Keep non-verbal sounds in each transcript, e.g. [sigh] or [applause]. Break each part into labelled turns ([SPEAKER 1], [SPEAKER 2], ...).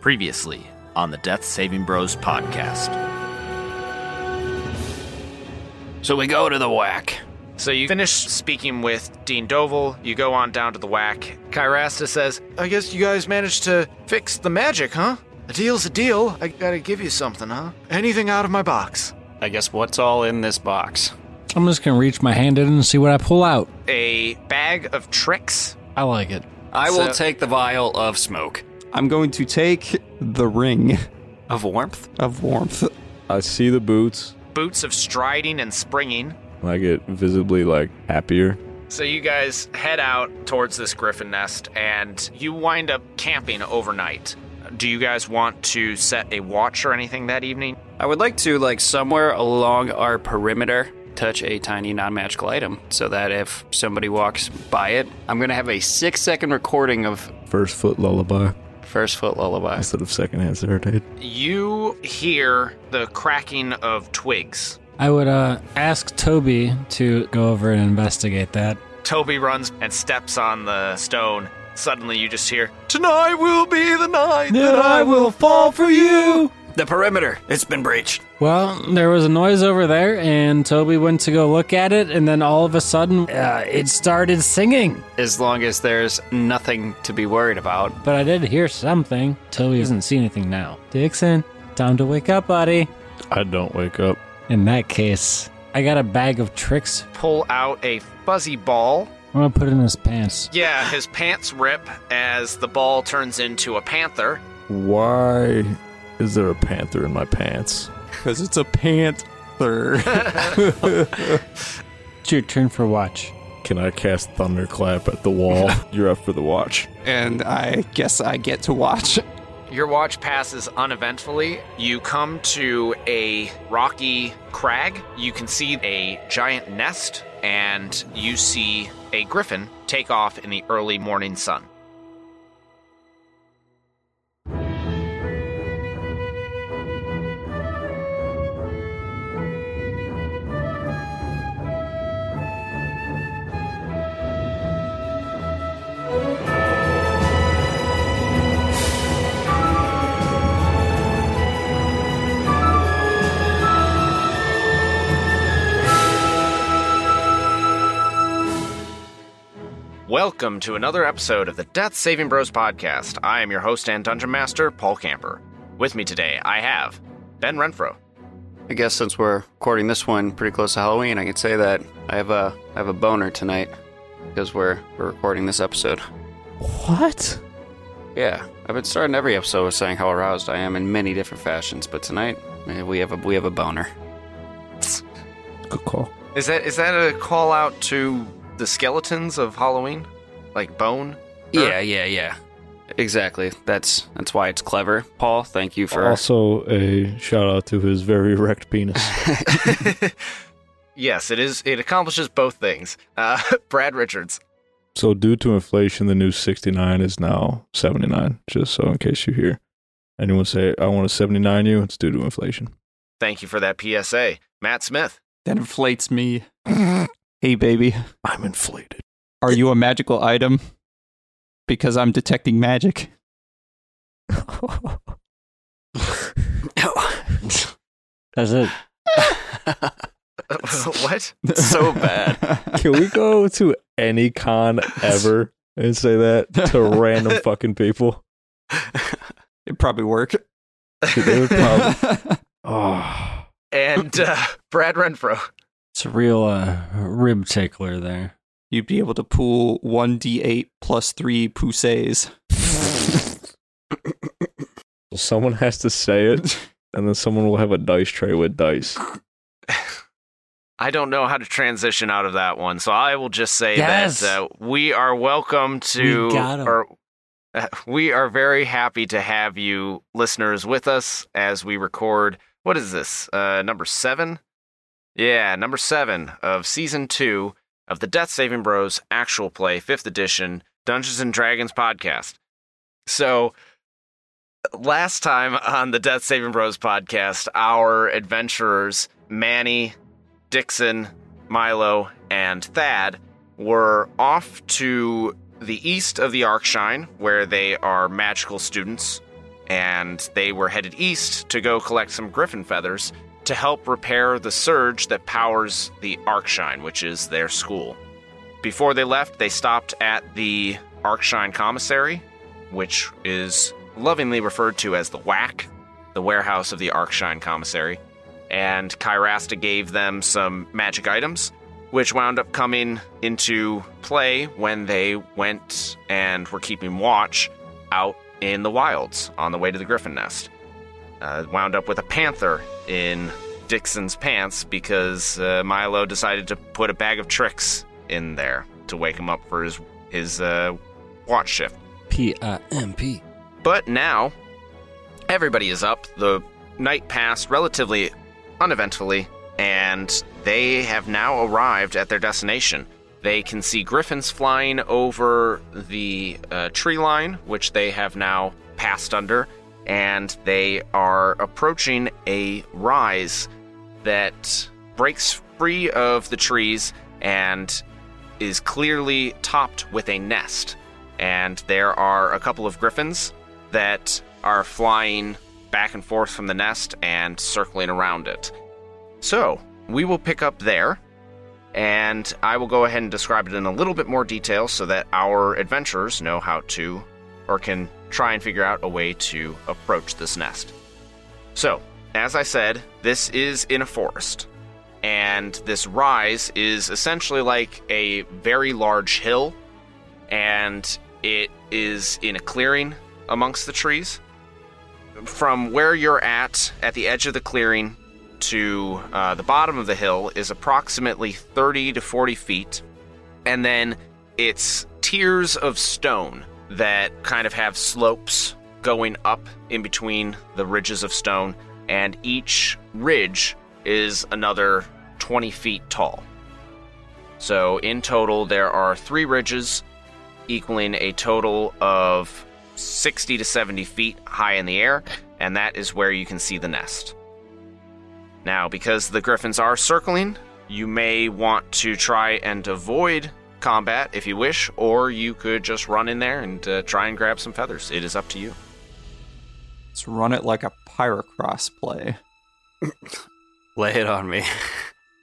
[SPEAKER 1] Previously on the Death Saving Bros podcast. So we go to the whack.
[SPEAKER 2] So you finish speaking with Dean Doval, you go on down to the whack. Kyrasta says, I guess you guys managed to fix the magic, huh? A deal's a deal. I gotta give you something, huh? Anything out of my box.
[SPEAKER 3] I guess what's all in this box?
[SPEAKER 4] I'm just gonna reach my hand in and see what I pull out.
[SPEAKER 2] A bag of tricks.
[SPEAKER 4] I like it.
[SPEAKER 3] I
[SPEAKER 2] So-
[SPEAKER 3] will take the vial of smoke.
[SPEAKER 5] I'm going to take the ring
[SPEAKER 3] Of warmth?
[SPEAKER 5] of warmth.
[SPEAKER 6] I see the boots.
[SPEAKER 2] Boots of striding and springing.
[SPEAKER 6] and I get visibly like happier.
[SPEAKER 2] So you guys head out towards this griffin nest and you wind up camping overnight. Do you guys want to set a watch or anything that evening?
[SPEAKER 3] I would like to, like, somewhere along our perimeter, touch a tiny non magical item so that if somebody walks by it, I'm going to have a six second recording of
[SPEAKER 6] First foot lullaby
[SPEAKER 3] First Foot Lullaby.
[SPEAKER 6] instead of second hand serenade.
[SPEAKER 2] You hear the cracking of twigs
[SPEAKER 4] I would uh, ask Toby to go over and investigate that.
[SPEAKER 2] Toby runs and steps on the stone. Suddenly, you just hear, Tonight will be the night that I will.
[SPEAKER 4] fall for you.
[SPEAKER 3] The perimeter! It's been breached.
[SPEAKER 4] Well, there was a noise over there, and Toby went to go look at it, and then all of a sudden, uh, it started singing.
[SPEAKER 3] As long as there's nothing to be worried about.
[SPEAKER 4] But I did hear something. Toby doesn't see anything now. Dixon, time to wake up, buddy.
[SPEAKER 6] I don't wake up.
[SPEAKER 4] In that case, I got a bag of tricks.
[SPEAKER 2] Pull out a fuzzy ball.
[SPEAKER 4] I'm gonna put it in his pants.
[SPEAKER 2] Yeah, his pants rip as the ball turns into a panther.
[SPEAKER 6] Why is there a panther in my pants?
[SPEAKER 5] Because it's a panther.
[SPEAKER 4] It's your turn for watch.
[SPEAKER 6] Can I cast thunderclap at the [laughs] wall? You're up for the watch.
[SPEAKER 5] and I guess I get to watch.
[SPEAKER 2] Your watch passes uneventfully. You come to a rocky crag. You can see a giant nest, and you see a griffin take off in the early morning sun. Welcome to another episode of the Death Saving Bros podcast. I am your host and dungeon master, Paul Camper. With me today, I have Ben Renfro,
[SPEAKER 3] I guess since we're recording this one pretty close to Halloween, I can say that I have a I have a boner tonight because we're we're recording this episode.
[SPEAKER 6] What?
[SPEAKER 3] Yeah, I've been starting every episode with saying how aroused I am in many different fashions, but tonight eh, we have a we have a boner.
[SPEAKER 6] Good call.
[SPEAKER 2] Is that is that a call out to the skeletons of Halloween, like Bone?
[SPEAKER 3] Yeah, yeah, yeah. Exactly. That's that's why it's clever, Paul. Thank you for [laughs]
[SPEAKER 6] Also, a shout out to his very erect [laughs] penis.
[SPEAKER 2] [laughs] Yes, it is. It accomplishes both things. Uh, [laughs] Brad Richards.
[SPEAKER 6] so, due to inflation, the new 69 is now 79. Just so in case you hear anyone say, I want to 79 you, it's due to inflation.
[SPEAKER 2] Thank you for that PSA, Matt Smith. [laughs]
[SPEAKER 5] That inflates me. hey, baby.
[SPEAKER 6] I'm inflated.
[SPEAKER 5] Are you a magical item? Because I'm detecting magic.
[SPEAKER 4] That's it.
[SPEAKER 2] what?
[SPEAKER 3] so bad.
[SPEAKER 5] [laughs]
[SPEAKER 6] Can we go to any con ever and say that to random fucking people?
[SPEAKER 5] It'd probably work. Um,
[SPEAKER 6] Dude, they would probably.
[SPEAKER 5] [laughs]
[SPEAKER 6] Oh,
[SPEAKER 2] [laughs] And uh, Brad Renfro.
[SPEAKER 4] It's a real uh, rib tickler there.
[SPEAKER 5] You'd be able to pool 1d8 plus 3 poussées.
[SPEAKER 6] someone has to say it, and then someone will have a dice tray with dice.
[SPEAKER 2] I don't know how to transition out of that one, so I will just say
[SPEAKER 4] Yes.
[SPEAKER 2] that uh, we are welcome to,
[SPEAKER 4] We got 'em.
[SPEAKER 2] or [laughs] uh, we are very happy to have you listeners with us as we record. What is this? Uh, number seven? Yeah, number seven of season two of the Death Saving Bros Actual Play Fifth Edition Dungeons and Dragons podcast. So, last time on the Death Saving Bros podcast, our adventurers Manny, Dixon, Milo, and Thad were off to the east of the Arkshine, where they are magical students, and they were headed east to go collect some griffin feathers to help repair the surge that powers the Arkshine, which is their school. Before they left, they stopped at the Arkshine Commissary, which is lovingly referred to as the WAC, the warehouse of the Arkshine Commissary. And Kyrasta gave them some magic items, which wound up coming into play when they went and were keeping watch out in the wilds on the way to the Griffin Nest. Uh, wound up with a panther in Dixon's pants because uh, Milo decided to put a bag of tricks in there to wake him up for his his uh, watch shift.
[SPEAKER 4] P I M P.
[SPEAKER 2] But now, everybody is up. The night passed relatively uneventfully, and they have now arrived at their destination. They can see griffins flying over the uh, tree line, which they have now passed under, and they are approaching a rise that breaks free of the trees and is clearly topped with a nest. And there are a couple of griffins that are flying back and forth from the nest and circling around it. So, we will pick up there, and I will go ahead and describe it in a little bit more detail so that our adventurers know how to, or can try and figure out a way to approach this nest. So, as I said, this is in a forest and this rise is essentially like a very large hill and it is in a clearing amongst the trees from where you're at at the edge of the clearing to uh, the bottom of the hill is approximately 30 to 40 feet and then it's tiers of stone that kind of have slopes going up in between the ridges of stone, and each ridge is another 20 feet tall. So, in total, there are three ridges equaling a total of 60 to 70 feet high in the air, and that is where you can see the nest. Now, because the griffins are circling, you may want to try and avoid combat if you wish, or you could just run in there and uh, try and grab some feathers. It is up to you.
[SPEAKER 5] Let's run it like a pyrocross play.
[SPEAKER 3] Lay it on me. [laughs]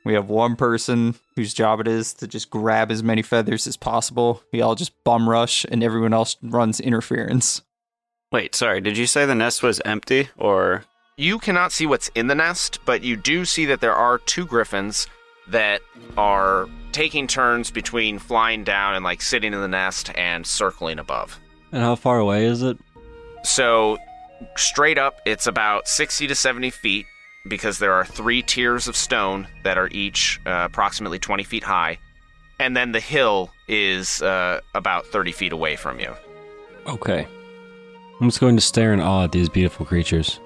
[SPEAKER 5] We have one person whose job it is to just grab as many feathers as possible. We all just bum rush, and everyone else runs interference.
[SPEAKER 3] Wait, sorry. Did you say the nest was empty or
[SPEAKER 2] You cannot see what's in the nest, but you do see that there are two griffins that are taking turns between flying down and like sitting in the nest and circling above.
[SPEAKER 4] And how far away is it?
[SPEAKER 2] So, straight up, it's about 60 to 70 feet because there are three tiers of stone that are each uh, approximately 20 feet high. And then the hill is uh, about 30 feet away from you.
[SPEAKER 4] Okay. I'm just going to stare in awe at these beautiful creatures.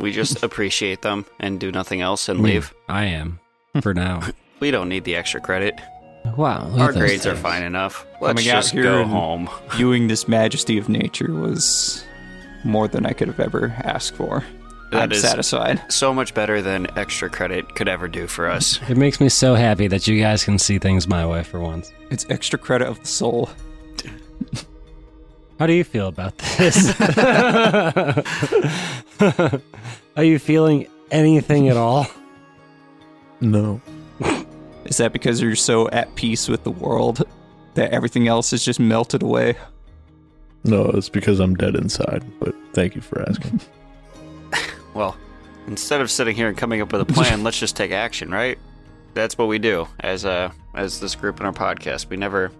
[SPEAKER 3] we just appreciate them and do nothing else and
[SPEAKER 4] I mean,
[SPEAKER 3] leave?
[SPEAKER 4] I am. For
[SPEAKER 3] [laughs]
[SPEAKER 4] now.
[SPEAKER 3] We don't need the extra credit.
[SPEAKER 4] wow. look
[SPEAKER 3] Our
[SPEAKER 4] at those
[SPEAKER 3] grades are
[SPEAKER 4] things.
[SPEAKER 3] fine enough. Let's
[SPEAKER 5] Coming out
[SPEAKER 3] just
[SPEAKER 5] here
[SPEAKER 3] go
[SPEAKER 5] and-
[SPEAKER 3] home.
[SPEAKER 5] Viewing this majesty of nature was more than I could have ever asked for.
[SPEAKER 3] That
[SPEAKER 5] I'm
[SPEAKER 3] is-
[SPEAKER 5] satisfied.
[SPEAKER 3] So much better than extra credit could ever do for us.
[SPEAKER 4] [laughs] It makes me so happy that you guys can see things my way for once.
[SPEAKER 5] It's extra credit of the soul.
[SPEAKER 4] How do you feel about this? [laughs] Are you feeling anything at all?
[SPEAKER 6] No.
[SPEAKER 5] Is that because you're so at peace with the world that everything else is just melted away?
[SPEAKER 6] No, it's because I'm dead inside, but thank you for asking.
[SPEAKER 3] Well, instead of sitting here and coming up with a
[SPEAKER 4] [laughs]
[SPEAKER 3] plan, let's just take action, right? That's what we do as uh as this group in our podcast. We never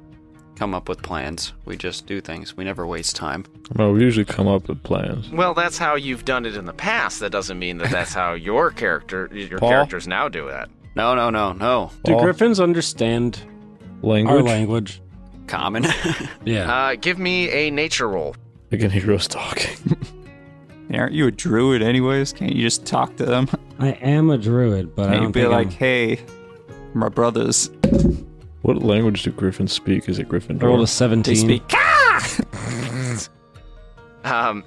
[SPEAKER 3] come up with plans. We just do things. We never waste time.
[SPEAKER 6] well, we usually come up with plans.
[SPEAKER 2] Well, that's how you've done it in the past. That doesn't mean that that's how your character, your
[SPEAKER 6] Paul?
[SPEAKER 2] characters now do that.
[SPEAKER 3] No, no, no, no.
[SPEAKER 4] Do
[SPEAKER 6] Paul,
[SPEAKER 4] griffins understand our
[SPEAKER 6] language?
[SPEAKER 4] language? [laughs]
[SPEAKER 3] Common.
[SPEAKER 4] Yeah.
[SPEAKER 2] Uh, give me a nature roll.
[SPEAKER 6] Again, heroes talking.
[SPEAKER 5] Aren't you a druid, anyways? Can't you just talk to them?
[SPEAKER 4] I am a druid, but I
[SPEAKER 5] And
[SPEAKER 4] don't
[SPEAKER 5] you'd be
[SPEAKER 4] think
[SPEAKER 5] like,
[SPEAKER 4] I'm-
[SPEAKER 5] hey, my brothers,
[SPEAKER 6] what language do griffins speak? Is it Gryffindor?
[SPEAKER 4] I rolled a 17.
[SPEAKER 5] they speak.
[SPEAKER 2] Um,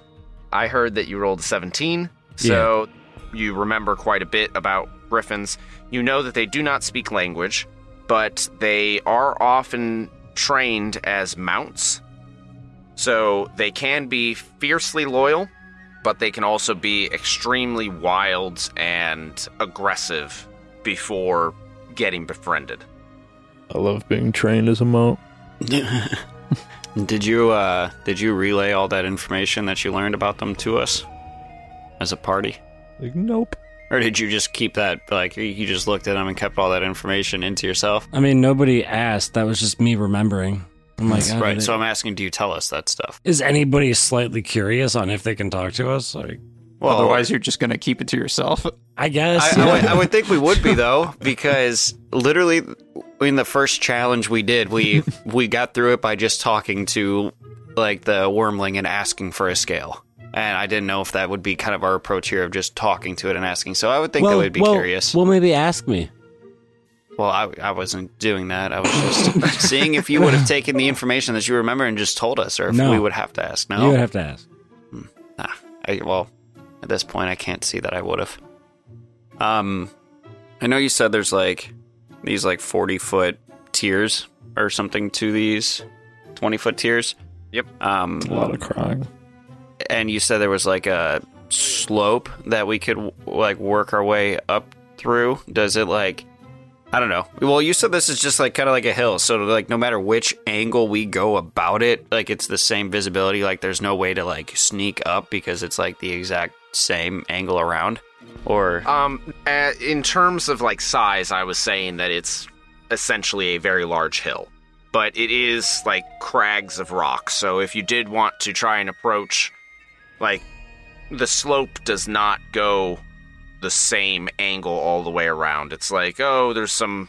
[SPEAKER 2] I heard that you rolled a 17, so you remember quite a bit about griffins. You know that they do not speak language, but they are often trained as mounts So they can be fiercely loyal, but they can also be extremely wild and aggressive before getting befriended.
[SPEAKER 6] I love being trained as a monk.
[SPEAKER 3] did you uh did you relay all that information that you learned about them to us as a party?
[SPEAKER 6] Like, nope.
[SPEAKER 3] Or did you just keep that like you- you just looked at them and kept all that information into yourself?
[SPEAKER 4] I mean, nobody asked. That was just me remembering. I'm like, Oh I
[SPEAKER 3] right.
[SPEAKER 4] didn't-
[SPEAKER 3] So I'm asking, do you tell us that stuff?
[SPEAKER 4] is anybody slightly curious on if they can talk to us? Like,
[SPEAKER 3] Well,
[SPEAKER 5] Otherwise, you're just gonna keep it to yourself.
[SPEAKER 4] I guess.
[SPEAKER 3] I, I, would, I would think we would be though, because literally in the first challenge we did,
[SPEAKER 4] [laughs]
[SPEAKER 3] we we got through it by just talking to like the wormling and asking for a scale. And I didn't know if that would be kind of our approach here of just talking to it and asking. So I would think that would be curious.
[SPEAKER 7] Well, maybe ask me.
[SPEAKER 3] Well, I, I wasn't doing that. I was just [laughs] seeing if you
[SPEAKER 4] [laughs]
[SPEAKER 3] would have taken the information that you remember and just told us, or if
[SPEAKER 4] No.
[SPEAKER 3] we would have to ask. No,
[SPEAKER 4] You would have to ask.
[SPEAKER 3] Nah, I, well, at this point, I can't see that I would have. Um, I know you said there's like these like forty foot tiers or something to these twenty foot tiers.
[SPEAKER 2] Yep.
[SPEAKER 3] Um,
[SPEAKER 6] A lot of crying.
[SPEAKER 3] and you said there was like a slope that we could w- like work our way up through. Does it like? I don't know. Well, you said this is just like kind of like a hill, so like no matter which angle we go about it, like it's the same visibility. Like there's no way to like sneak up because it's like the exact same angle around. Or
[SPEAKER 2] Um, uh, in terms of like size, I was saying that it's essentially a very large hill, but it is like crags of rock. So if you did want to try and approach, like the slope does not go the same angle all the way around. It's like oh, there's some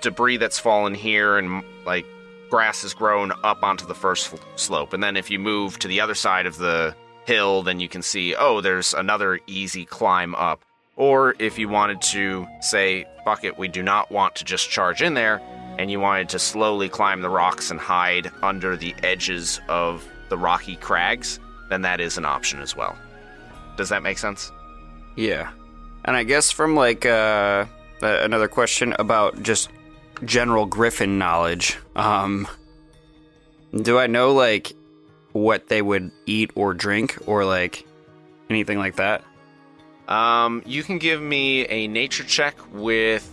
[SPEAKER 2] debris that's fallen here, and like grass has grown up onto the first f- slope, and then if you move to the other side of the hill, then you can see oh, there's another easy climb up. Or if you wanted to say, fuck it, we do not want to just charge in there, and you wanted to slowly climb the rocks and hide under the edges of the rocky crags, then that is an option as well. Does that make sense?
[SPEAKER 3] Yeah. And I guess from like uh, uh, another question about just general Griffin knowledge. Um, do I know like what they would eat or drink or like anything like that?
[SPEAKER 2] Um, you can give me a nature check with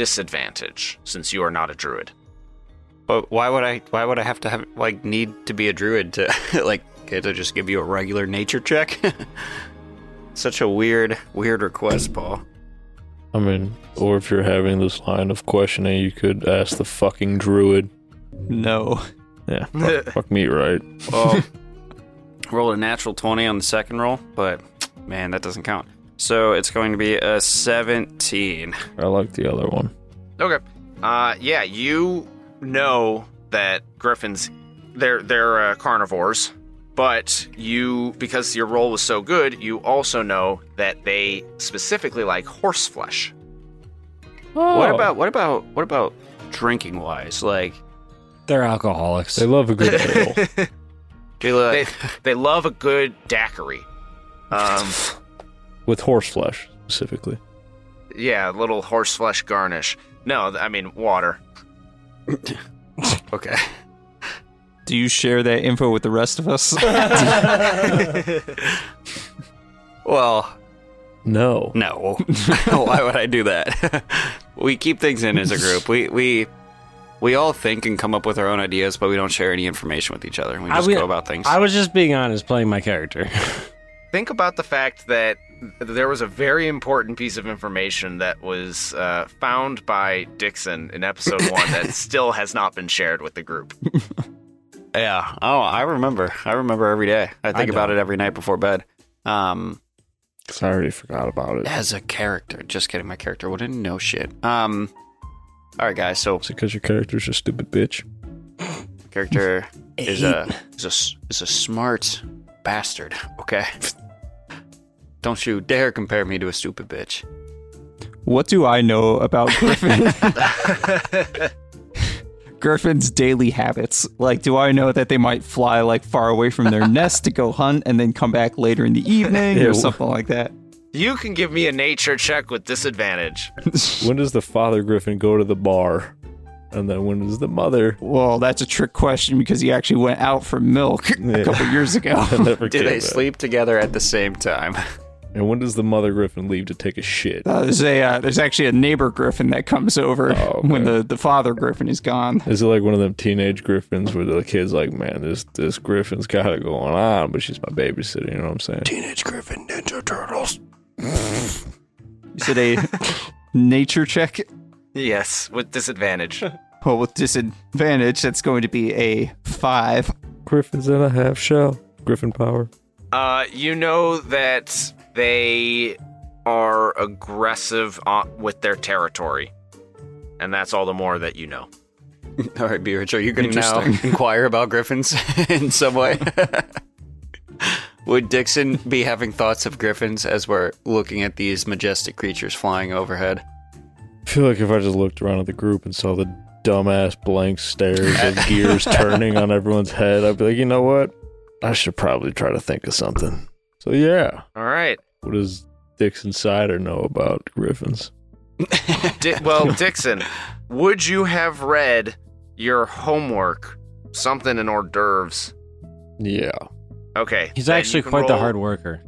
[SPEAKER 2] disadvantage, since you are not a druid.
[SPEAKER 3] But why would I? Why would I have to have like need to be a druid to [laughs] like okay, to just give you a regular nature check? [laughs] Such a weird, weird request, Paul.
[SPEAKER 6] I mean, or if you're having this line of questioning, you could ask the fucking druid.
[SPEAKER 5] No.
[SPEAKER 6] Yeah, fuck, fuck me, right?
[SPEAKER 3] Well, rolled a natural 20 on the second roll, but man, that doesn't count. So it's going to be a 17.
[SPEAKER 6] I like the other one.
[SPEAKER 2] Okay. Uh, yeah, you know that griffins, they're they're uh, carnivores, but you because your roll was so good, you also know that they specifically like horse flesh.
[SPEAKER 3] What about what about what about drinking wise? Like
[SPEAKER 4] They're alcoholics.
[SPEAKER 6] They love a good [laughs] ale.
[SPEAKER 3] do you like [laughs]
[SPEAKER 2] They they love a good daiquiri. Um,
[SPEAKER 6] With horse flesh, specifically.
[SPEAKER 2] yeah, a little horse flesh garnish. No, th- I mean water.
[SPEAKER 3] okay.
[SPEAKER 5] Do you share that info with the rest of
[SPEAKER 3] [laughs]
[SPEAKER 5] us?
[SPEAKER 3] Well,
[SPEAKER 6] No.
[SPEAKER 3] no. [laughs] Why would I do that? [laughs] we keep things in as a group. We we we all think and come up with our own ideas, but we don't share any information with each other. We
[SPEAKER 4] I
[SPEAKER 3] just
[SPEAKER 4] will-
[SPEAKER 3] go about things.
[SPEAKER 4] I was just being honest, playing my character. [laughs]
[SPEAKER 2] Think about the fact that there was a very important piece of information that was uh, found by Dixon in episode one that still has not been shared with the group.
[SPEAKER 3] Yeah. Oh, I remember. I remember every day. I think about it every night before bed. Um,
[SPEAKER 6] 'Cause I already forgot about it.
[SPEAKER 3] as a character, just kidding. My character wouldn't know shit. Um, all right, guys. So
[SPEAKER 6] Is it because your character's a stupid bitch? [laughs]
[SPEAKER 3] character is a is a s- is a smart bastard. Okay. [laughs] Don't you dare compare me to a stupid bitch.
[SPEAKER 5] what do I know about
[SPEAKER 6] [laughs]
[SPEAKER 5] Griffin? [laughs] Griffin's daily habits. Like, do I know that they might fly like far away from
[SPEAKER 6] [laughs]
[SPEAKER 5] their nest to go hunt and then come back later in the evening
[SPEAKER 6] Yeah,
[SPEAKER 5] or
[SPEAKER 6] wh-
[SPEAKER 5] something like that?
[SPEAKER 2] You can give me a nature check with disadvantage.
[SPEAKER 6] When does the father griffin go to the bar? And then when is the mother? [laughs]
[SPEAKER 5] Well, that's a trick question because he actually went out for milk
[SPEAKER 6] Yeah.
[SPEAKER 5] a couple
[SPEAKER 6] [laughs]
[SPEAKER 5] years ago. [laughs]
[SPEAKER 6] I never
[SPEAKER 3] Do
[SPEAKER 6] came
[SPEAKER 3] they
[SPEAKER 6] back.
[SPEAKER 3] sleep together at the same time? [laughs]
[SPEAKER 6] And when does the mother griffin leave to take a shit?
[SPEAKER 5] Uh, there's a uh, there's actually a neighbor griffin that comes over
[SPEAKER 6] Oh, okay.
[SPEAKER 5] when the, the father griffin is gone.
[SPEAKER 6] Is it like one of them teenage griffins where the kid's like, man, this this griffin's got it going on, but she's my babysitter. You know what I'm saying?
[SPEAKER 5] Teenage Griffin Ninja Turtles. you
[SPEAKER 6] [laughs]
[SPEAKER 5] said a nature check.
[SPEAKER 2] Yes, with disadvantage.
[SPEAKER 5] Well, with disadvantage, that's going to be a five.
[SPEAKER 6] Griffin's in a half shell. Griffin power.
[SPEAKER 2] Uh, you know that they are aggressive on, with their territory, and that's all the more that you know.
[SPEAKER 3] All right, B-Rich, are you going to now
[SPEAKER 6] [laughs]
[SPEAKER 5] Interesting.
[SPEAKER 3] inquire about griffins [laughs] in some way? [laughs] Would Dixon be having thoughts of griffins as we're looking at these majestic creatures flying overhead?
[SPEAKER 6] I feel like if I just looked around at the group and saw the dumbass blank stares [laughs] and gears turning on everyone's head, I'd be like, you know what? I should probably try to think of something. So yeah,
[SPEAKER 2] All right.
[SPEAKER 6] what does Dixon Sider know about griffins?
[SPEAKER 2] Di-
[SPEAKER 4] [laughs]
[SPEAKER 2] well, Dixon, would you have read your homework, something in hors d'oeuvres?
[SPEAKER 6] Yeah.
[SPEAKER 2] Okay.
[SPEAKER 4] He's
[SPEAKER 2] then
[SPEAKER 4] actually
[SPEAKER 2] you can
[SPEAKER 4] quite the
[SPEAKER 2] roll-
[SPEAKER 4] hard worker.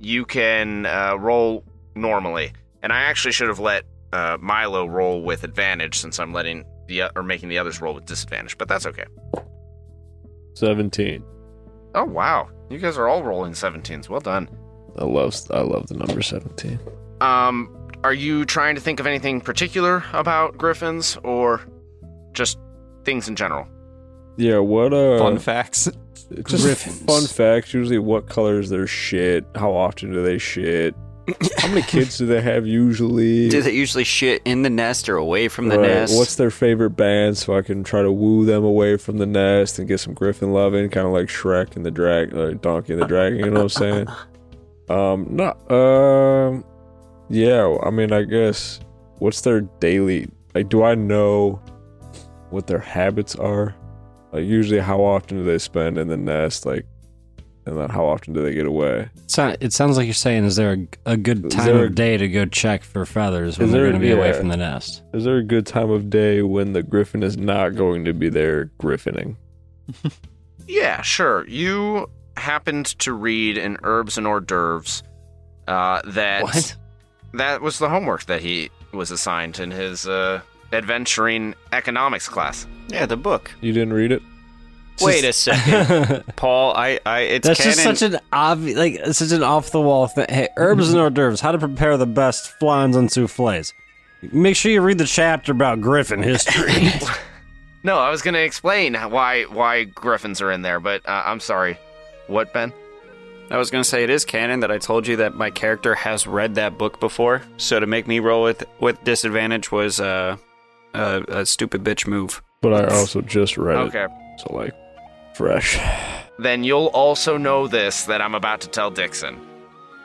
[SPEAKER 2] You can uh, roll normally, and I actually should have let uh, Milo roll with advantage since I'm letting the o- or making the others roll with disadvantage, but that's okay.
[SPEAKER 6] Seventeen.
[SPEAKER 2] Oh wow, you guys are all rolling 17s. Well done.
[SPEAKER 6] I love I love the number seventeen.
[SPEAKER 2] Um, are you trying to think of anything particular about griffins or just things in general?
[SPEAKER 6] Yeah, what uh
[SPEAKER 5] Fun facts.
[SPEAKER 6] just
[SPEAKER 4] Griffins.
[SPEAKER 6] fun facts usually what color is their shit? How often do they shit? How many kids do they have usually?
[SPEAKER 3] Do they usually shit in the nest or away from the
[SPEAKER 6] Right,
[SPEAKER 3] nest?
[SPEAKER 6] What's their favorite band so I can try to woo them away from the nest and get some griffin loving, kind of like Shrek and the drag like Donkey and the Dragon, you know what
[SPEAKER 3] [laughs]
[SPEAKER 6] I'm saying? Um no um yeah, I mean I guess what's their daily like do I know what their habits are? Like usually how often do they spend in the nest like and then how often do they get away?
[SPEAKER 4] So- It sounds like you're saying, is there a, a good
[SPEAKER 6] Is
[SPEAKER 4] time
[SPEAKER 6] there a-
[SPEAKER 4] of day to go check for feathers when
[SPEAKER 6] Is
[SPEAKER 4] they're
[SPEAKER 6] there-
[SPEAKER 4] going to be away
[SPEAKER 6] yeah.
[SPEAKER 4] from the nest?
[SPEAKER 6] Is there a good time of day when the griffin is not going to be there griffining?
[SPEAKER 2] Yeah, sure. You happened to read in Herbs and Hors d'oeuvres uh, that
[SPEAKER 4] What?
[SPEAKER 2] that was the homework that he was assigned in his uh, adventuring economics class.
[SPEAKER 3] yeah, the book.
[SPEAKER 6] You didn't read it?
[SPEAKER 3] Wait a second,
[SPEAKER 4] [laughs]
[SPEAKER 3] Paul. I, I, it's
[SPEAKER 4] That's
[SPEAKER 3] canon.
[SPEAKER 4] just such an obvious, like it's such an off the wall thing. Hey, herbs and hors d'oeuvres. How to prepare the best flans and souffles. Make sure you read the chapter about Griffin [laughs] history.
[SPEAKER 2] No, I was going to explain why why griffins are in there, but uh, I'm sorry. What, Ben?
[SPEAKER 3] I was gonna say it is canon that I told you that my character has read that book before. So to make me roll with with disadvantage was uh, uh, a stupid bitch move.
[SPEAKER 6] But I also just read it.
[SPEAKER 2] Okay.
[SPEAKER 6] So like fresh.
[SPEAKER 2] then you'll also know this that I'm about to tell Dixon.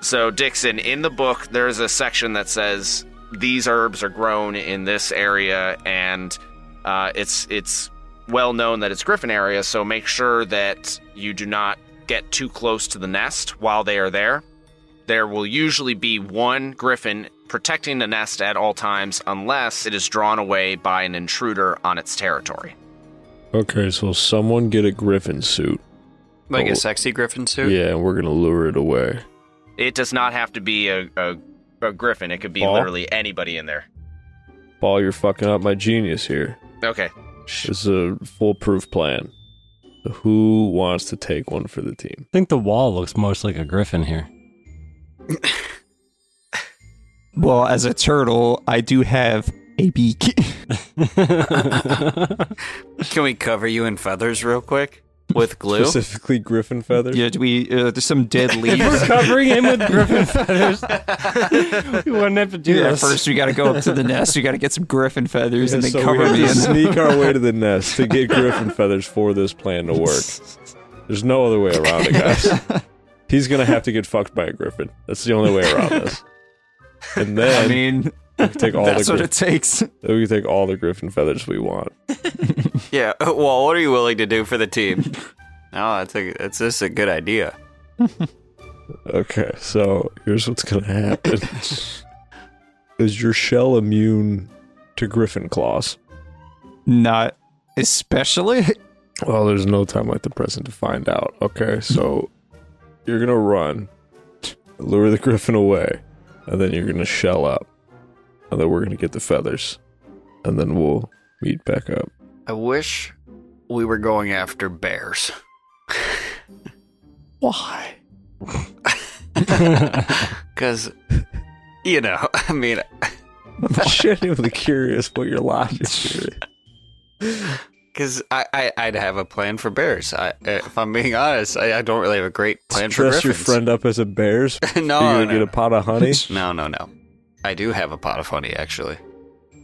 [SPEAKER 2] So, Dixon, in the book, there's a section that says these herbs are grown in this area, and uh, it's it's well known that it's Griffin area. So make sure that you do not get too close to the nest while they are there. There will usually be one Griffin protecting the nest at all times, unless it is drawn away by an intruder on its territory.
[SPEAKER 6] Okay, so someone get a griffin suit.
[SPEAKER 3] Like
[SPEAKER 6] Oh.
[SPEAKER 3] a sexy griffin suit?
[SPEAKER 6] Yeah, and we're gonna lure it away.
[SPEAKER 2] It does not have to be a, a, a griffin. It could be
[SPEAKER 6] Ball?
[SPEAKER 2] literally anybody in there.
[SPEAKER 6] Paul, you're fucking up my genius here.
[SPEAKER 2] Okay.
[SPEAKER 6] This is a foolproof plan. Who wants to take one for the team?
[SPEAKER 4] I think the wall looks most like a Griffin here.
[SPEAKER 5] Well, as a turtle, I do have a [laughs] beak.
[SPEAKER 3] Can we cover you in feathers real quick? With
[SPEAKER 4] [laughs]
[SPEAKER 3] glue?
[SPEAKER 6] Specifically, griffin feather.
[SPEAKER 5] yeah, do we? Uh, there's some dead
[SPEAKER 4] [laughs] We're
[SPEAKER 5] leaves.
[SPEAKER 4] covering him with Griffin [laughs] feathers. we wouldn't have to do
[SPEAKER 5] yeah,
[SPEAKER 4] this.
[SPEAKER 5] first we got to go up to the nest. We got to get some griffin feathers and then
[SPEAKER 6] so we
[SPEAKER 5] cover
[SPEAKER 6] have
[SPEAKER 5] me.
[SPEAKER 6] to
[SPEAKER 5] in them.
[SPEAKER 6] sneak our way to the nest to get griffin feathers for this plan to work. There's no other way around it,
[SPEAKER 5] [laughs]
[SPEAKER 6] guys. He's gonna have to get fucked by a griffin. That's the only way around this. And then
[SPEAKER 5] I mean,
[SPEAKER 6] take all
[SPEAKER 5] that's
[SPEAKER 6] the
[SPEAKER 5] what
[SPEAKER 6] griffin
[SPEAKER 5] it takes.
[SPEAKER 6] Then we can take all the griffin feathers we want.
[SPEAKER 3] yeah. [laughs] Well, what are you willing to do for the team? [laughs] Oh, that's a, that's just a good idea.
[SPEAKER 6] Okay, so here's what's gonna [laughs] happen. Is your shell immune to griffin claws?
[SPEAKER 5] Not especially. [laughs]
[SPEAKER 6] Well, there's no time like the present to find out. Okay, so [laughs] you're gonna run, lure the griffin away, and then you're gonna shell up, and then we're gonna get the feathers, and then we'll meet back up.
[SPEAKER 3] I wish we were going after bears.
[SPEAKER 5] Why?
[SPEAKER 3] Because, you know, [laughs] I mean,
[SPEAKER 6] [laughs] I'm genuinely curious what your logic is.
[SPEAKER 3] because I, I, I'd have a plan for bears. I, if I'm being honest, I, I don't really have a great plan for
[SPEAKER 6] Dress your
[SPEAKER 3] griffins.
[SPEAKER 6] friend up as
[SPEAKER 3] [laughs]
[SPEAKER 6] a bear's.
[SPEAKER 3] no,
[SPEAKER 6] you're gonna
[SPEAKER 3] no,
[SPEAKER 6] get a pot of honey.
[SPEAKER 3] [laughs] No, no, no. I do have a pot of honey, actually.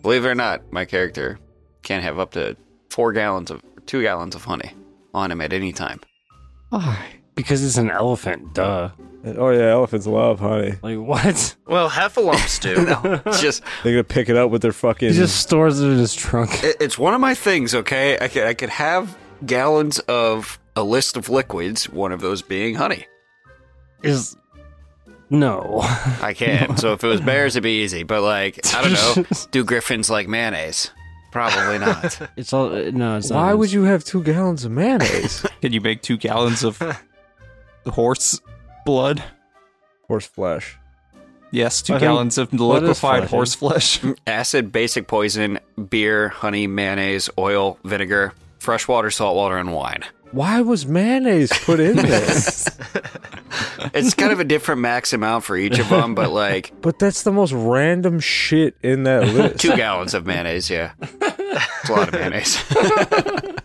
[SPEAKER 3] Believe it or not, my character can have up to four gallons of two gallons of honey on him at any
[SPEAKER 6] [laughs]
[SPEAKER 3] time.
[SPEAKER 5] Why?
[SPEAKER 4] Because it's an elephant, duh.
[SPEAKER 6] And- oh yeah, elephants love honey.
[SPEAKER 4] Like, what?
[SPEAKER 2] Well, heffalumps
[SPEAKER 3] [laughs]
[SPEAKER 2] do.
[SPEAKER 3] It's just
[SPEAKER 6] They're gonna pick it up with their fucking.
[SPEAKER 4] He just stores it in his trunk.
[SPEAKER 3] it, it's one of my things. Okay, I could I could have gallons of a list of liquids. One of those being honey.
[SPEAKER 4] Is. No.
[SPEAKER 3] I can. so if it was bears, it'd be easy. But like I don't know, do griffins like mayonnaise? Probably not.
[SPEAKER 4] [laughs] It's all. No, it's not.
[SPEAKER 6] Why would you have two gallons of mayonnaise?
[SPEAKER 5] Can you make two gallons of horse blood?
[SPEAKER 6] Horse flesh.
[SPEAKER 5] Yes, two
[SPEAKER 4] I think-
[SPEAKER 5] gallons of
[SPEAKER 4] Blood is
[SPEAKER 5] liquefied
[SPEAKER 4] flesh,
[SPEAKER 5] horse flesh.
[SPEAKER 3] Acid, basic poison, beer, honey, mayonnaise, oil, vinegar, fresh water, salt water, and wine.
[SPEAKER 6] Why was mayonnaise put in [laughs] this?
[SPEAKER 3] It's kind of a different max amount for each of them, but like
[SPEAKER 6] but that's the most random shit in that [laughs] list.
[SPEAKER 3] two gallons of mayonnaise, yeah. It's a lot of mayonnaise.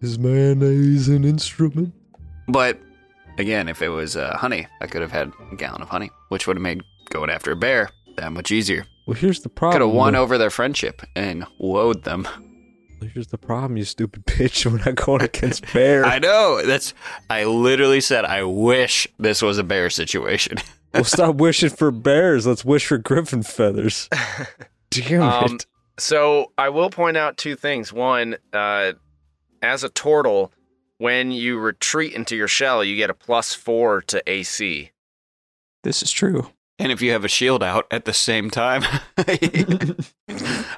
[SPEAKER 6] Is mayonnaise an instrument?
[SPEAKER 3] but again, if it was uh, honey, I could have had a gallon of honey, which would have made going after a bear that much easier.
[SPEAKER 6] Well, here's the
[SPEAKER 3] Could
[SPEAKER 6] problem.
[SPEAKER 3] have won
[SPEAKER 6] though.
[SPEAKER 3] over their friendship and woed them.
[SPEAKER 6] Here's the problem, you stupid bitch. [laughs] We're not going against
[SPEAKER 3] [laughs]
[SPEAKER 6] bear.
[SPEAKER 3] I know. That's. I literally said, I wish this was a bear situation. [laughs]
[SPEAKER 6] Well, stop wishing for bears. Let's wish for
[SPEAKER 3] [laughs]
[SPEAKER 6] griffin feathers. Damn
[SPEAKER 2] Um,
[SPEAKER 6] it.
[SPEAKER 2] So I will point out two things. One, uh, as a turtle, when you retreat into your shell, you get a plus four to AC.
[SPEAKER 5] This is true.
[SPEAKER 3] And if you have a shield out at the same time, [laughs] I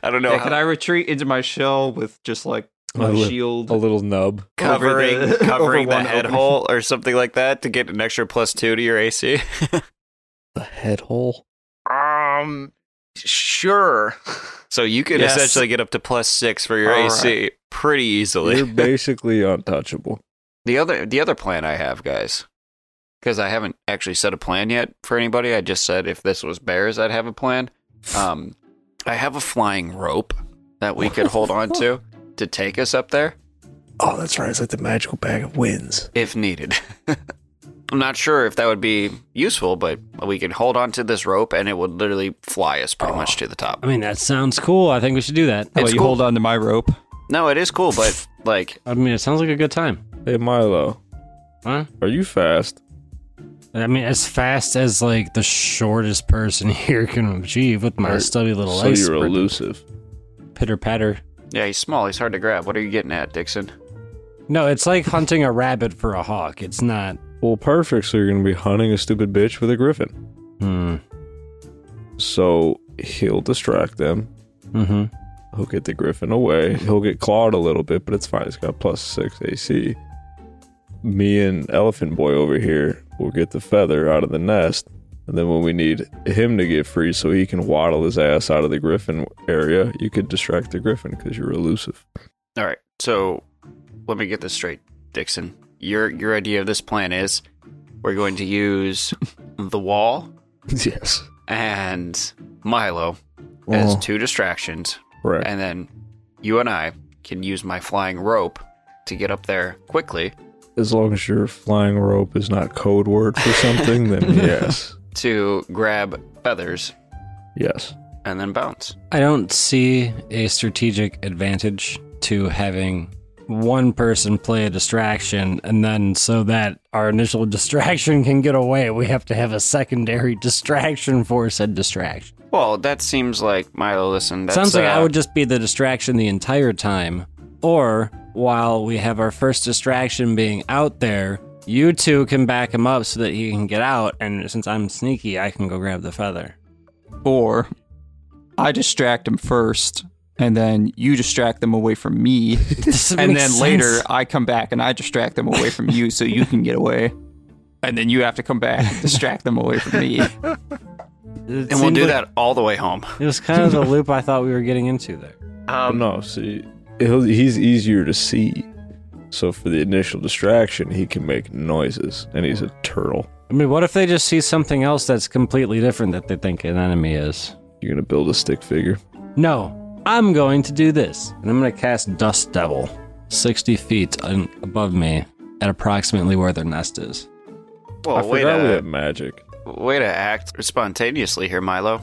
[SPEAKER 3] don't know.
[SPEAKER 5] Yeah,
[SPEAKER 3] how-
[SPEAKER 5] could I retreat into my shell with just like my
[SPEAKER 6] A li-
[SPEAKER 5] shield?
[SPEAKER 6] A little nub.
[SPEAKER 5] Covering-
[SPEAKER 3] covering covering
[SPEAKER 5] [laughs] over
[SPEAKER 3] the
[SPEAKER 5] one
[SPEAKER 3] head
[SPEAKER 5] open-
[SPEAKER 3] hole or something like that to get an extra plus two to your AC.
[SPEAKER 5] the head hole.
[SPEAKER 2] Um, sure.
[SPEAKER 3] [laughs]
[SPEAKER 2] [laughs]
[SPEAKER 3] so you could
[SPEAKER 5] Yes.
[SPEAKER 3] essentially get up to plus six for your
[SPEAKER 5] All
[SPEAKER 3] AC pretty easily.
[SPEAKER 6] You're
[SPEAKER 3] [laughs]
[SPEAKER 6] basically untouchable.
[SPEAKER 3] The other the other plan I have, guys, because I haven't actually set a plan yet for anybody. I just said if this was bears, I'd have a plan. Um, I have a flying rope that we could hold on to to take us up there.
[SPEAKER 6] Oh, that's right. It's like the magical bag of winds.
[SPEAKER 3] if needed. [laughs] I'm not sure if that would be useful, but we could hold on to this rope and it would literally fly us pretty much to the top.
[SPEAKER 4] I mean, that sounds cool. I think we should do that.
[SPEAKER 5] How
[SPEAKER 3] It's
[SPEAKER 5] about you
[SPEAKER 3] cool.
[SPEAKER 5] hold on to my rope?
[SPEAKER 3] No, it is cool, but like
[SPEAKER 4] I mean, it sounds like a good time.
[SPEAKER 6] Hey, Milo,
[SPEAKER 4] Huh?
[SPEAKER 6] are you fast?
[SPEAKER 4] I mean, as fast as like the shortest person [laughs] here can achieve with my
[SPEAKER 6] Right.
[SPEAKER 4] stubby little
[SPEAKER 6] so
[SPEAKER 4] legs.
[SPEAKER 6] you're elusive.
[SPEAKER 4] Pitter patter.
[SPEAKER 3] yeah, he's small, he's hard to grab. What are you getting at, Dixon?
[SPEAKER 4] No, it's
[SPEAKER 6] [laughs]
[SPEAKER 4] like hunting a rabbit for a hawk. It's not.
[SPEAKER 6] Well, perfect. So you're going to be hunting a stupid bitch with a griffin.
[SPEAKER 4] Hmm.
[SPEAKER 6] So he'll distract them.
[SPEAKER 4] Mm-hmm.
[SPEAKER 6] He'll get the griffin away. He'll get clawed a little bit, but it's fine. He's got plus six AC. Me and Elephant Boy over here will get the feather out of the nest. And then when we need him to get free so he can waddle his ass out of the griffin area, you could distract the griffin because you're elusive.
[SPEAKER 3] All right. So let me get this straight, Dixon. Your your idea of this plan is we're going to
[SPEAKER 6] [laughs]
[SPEAKER 3] use the wall
[SPEAKER 6] yes.
[SPEAKER 3] and Milo as
[SPEAKER 6] Oh,
[SPEAKER 3] two distractions
[SPEAKER 6] right.
[SPEAKER 3] And then you and I can use my flying rope to get up there quickly
[SPEAKER 6] as long as your flying rope is not code word for something, then yes.
[SPEAKER 3] to grab feathers
[SPEAKER 6] Yes.
[SPEAKER 3] and then bounce.
[SPEAKER 4] I don't see a strategic advantage to having one person play a distraction, and then so that our initial [laughs] distraction can get away, we have to have a secondary [laughs] distraction for said distraction.
[SPEAKER 3] Well, that seems like Milo. Listen, that's,
[SPEAKER 4] Sounds like I
[SPEAKER 3] uh,
[SPEAKER 4] would just be the distraction the entire time, or while we have our first distraction being out there. You two can back him up so that he can get out, and since I'm sneaky, I can go grab the feather.
[SPEAKER 5] Or I distract him first and then you distract them away
[SPEAKER 3] [laughs]
[SPEAKER 5] from me.
[SPEAKER 4] Doesn't
[SPEAKER 5] and
[SPEAKER 4] make
[SPEAKER 5] then
[SPEAKER 4] sense.
[SPEAKER 5] later I come back and I distract them away from you so you can get away. And then you have to come back and distract them away from me.
[SPEAKER 4] It
[SPEAKER 3] And we'll
[SPEAKER 4] seemed
[SPEAKER 3] do
[SPEAKER 4] like-
[SPEAKER 3] that all the way home.
[SPEAKER 4] It was kind of the loop I thought we were getting into there.
[SPEAKER 2] Um,
[SPEAKER 6] no, see, he'll, he's easier to see. So for the initial distraction, he can make noises, and he's a turtle.
[SPEAKER 4] I mean, what if they just see something else that's completely different that they think an enemy is?
[SPEAKER 6] You're gonna build a stick figure.
[SPEAKER 4] No, I'm going to do this. And I'm going to cast Dust Devil 60 feet un- above me at approximately where their nest is.
[SPEAKER 6] I
[SPEAKER 3] Well,
[SPEAKER 6] forgot
[SPEAKER 3] way
[SPEAKER 6] we had
[SPEAKER 3] to,
[SPEAKER 6] magic.
[SPEAKER 3] way to act spontaneously here, Milo.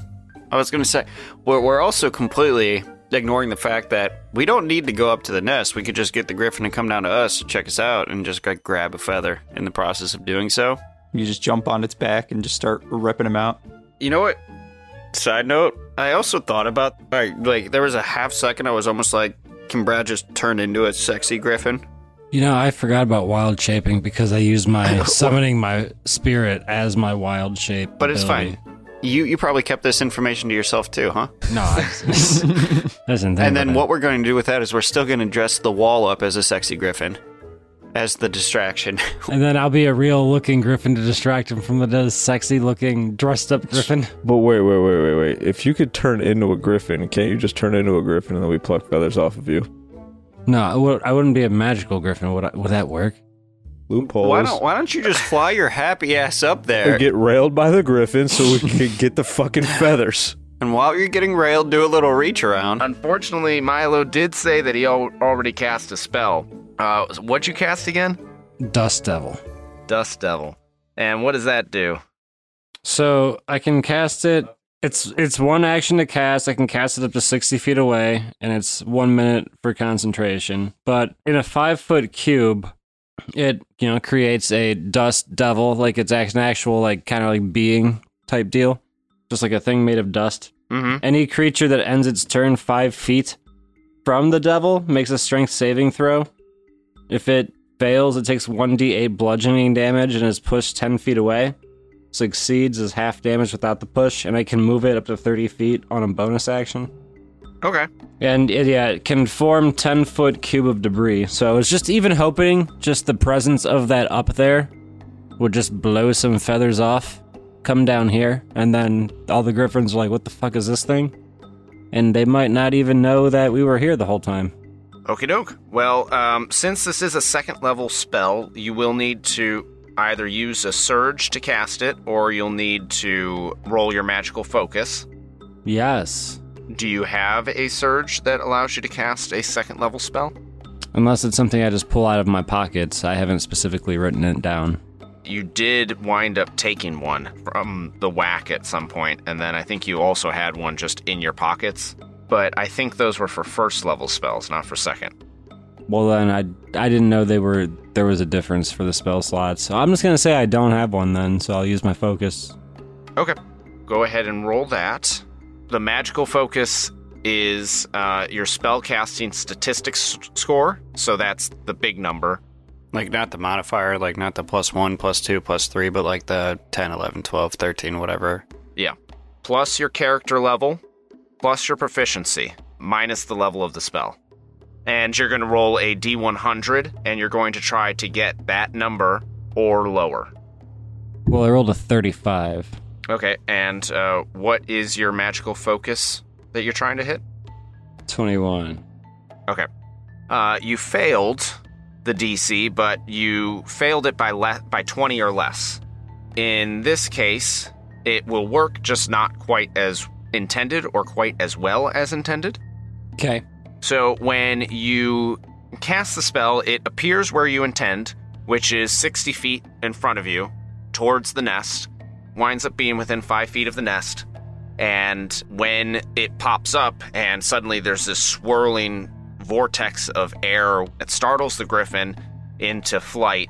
[SPEAKER 3] I was going to say, we're, we're also completely ignoring the fact that we don't need to go up to the nest. We could just get the griffin to come down to us, check us out, and just like, grab a feather in the process of doing so.
[SPEAKER 5] You just jump on its back and just start ripping them out.
[SPEAKER 3] You know what? Side note, I also thought about like, like there was a half second I was almost like, can Brad just turn into a sexy griffin?
[SPEAKER 4] You know, I forgot about wild shaping because I used
[SPEAKER 3] [laughs]
[SPEAKER 4] my [laughs] summoning my spirit as my wild shape.
[SPEAKER 3] But it's
[SPEAKER 4] ability.
[SPEAKER 3] fine. You you probably kept this information to yourself too, huh?
[SPEAKER 4] No,
[SPEAKER 3] [laughs]
[SPEAKER 4] I, [laughs] I didn't think
[SPEAKER 3] and then
[SPEAKER 4] about
[SPEAKER 3] what we're going to do with that is we're still going to dress the wall up as a sexy griffin, as the distraction. [laughs]
[SPEAKER 4] it. And then I'll be a real looking griffin to distract him from the sexy looking dressed up griffin.
[SPEAKER 6] But wait, wait, wait, wait, wait. If you could turn into a griffin, can't you just turn into a griffin and then we pluck feathers off of you?
[SPEAKER 4] No, I w- I wouldn't be a magical griffin. Would, I, would that work?
[SPEAKER 6] Loopholes.
[SPEAKER 3] why don't Why don't you just fly your happy ass up there?
[SPEAKER 6] And get railed by the griffin so we [laughs] can get the fucking feathers.
[SPEAKER 3] and while you're getting railed, do a little reach around.
[SPEAKER 2] Unfortunately, Milo did say that he al- already cast a spell. Uh, what you cast again?
[SPEAKER 4] Dust Devil.
[SPEAKER 2] Dust Devil. And what does that do?
[SPEAKER 4] So I can cast it. It's it's one action to cast. I can cast it up to sixty feet away, and it's one minute for concentration. But in a five foot cube, it you know creates a dust devil, like it's act- an actual like kind of like being type deal, just like a thing made of dust.
[SPEAKER 2] Mm-hmm.
[SPEAKER 4] Any creature that ends its turn five feet from the devil makes a strength saving throw. If it fails, it takes 1d8 bludgeoning damage and is pushed 10 feet away. Succeeds is half damage without the push, and I can move it up to 30 feet on a bonus action.
[SPEAKER 2] Okay.
[SPEAKER 4] And it, yeah, it can form 10 foot cube of debris. So I was just even hoping just the presence of that up there would just blow some feathers off, come down here, and then all the griffins are like, what the fuck is this thing? And they might not even know that we were here the whole time.
[SPEAKER 2] Okie doke. Well, um, since this is a second level spell, you will need to either use a surge to cast it, or you'll need to roll your magical focus.
[SPEAKER 4] Yes.
[SPEAKER 2] Do you have a surge that allows you to cast a second level spell?
[SPEAKER 4] Unless it's something I just pull out of my pockets. I haven't specifically written it down.
[SPEAKER 2] You did wind up taking one from the whack at some point, and then I think you also had one just in your pockets. But I think those were for first level spells, not for second.
[SPEAKER 4] Well then I I didn't know they were there was a difference for the spell slots. So I'm just going to say I don't have one then, so I'll use my focus.
[SPEAKER 2] Okay, go ahead and roll that. The magical focus is uh, your spell casting statistics s- score, so that's the big number.
[SPEAKER 3] Like, not the modifier, like, not the plus one, plus two, plus three, but like the 10, 11, 12, 13, whatever.
[SPEAKER 2] Yeah. Plus your character level, plus your proficiency, minus the level of the spell. And you're going to roll a d100, and you're going to try to get that number or lower.
[SPEAKER 4] Well, I rolled a 35.
[SPEAKER 2] Okay, and uh, what is your magical focus that you're trying to hit?
[SPEAKER 4] 21.
[SPEAKER 2] Okay. Uh, you failed the DC, but you failed it by le- by 20 or less. In this case, it will work, just not quite as intended or quite as well as intended.
[SPEAKER 4] Okay.
[SPEAKER 2] So when you cast the spell, it appears where you intend, which is 60 feet in front of you, towards the nest, winds up being within 5 feet of the nest. And when it pops up, and suddenly there's this swirling vortex of air that startles the griffin into flight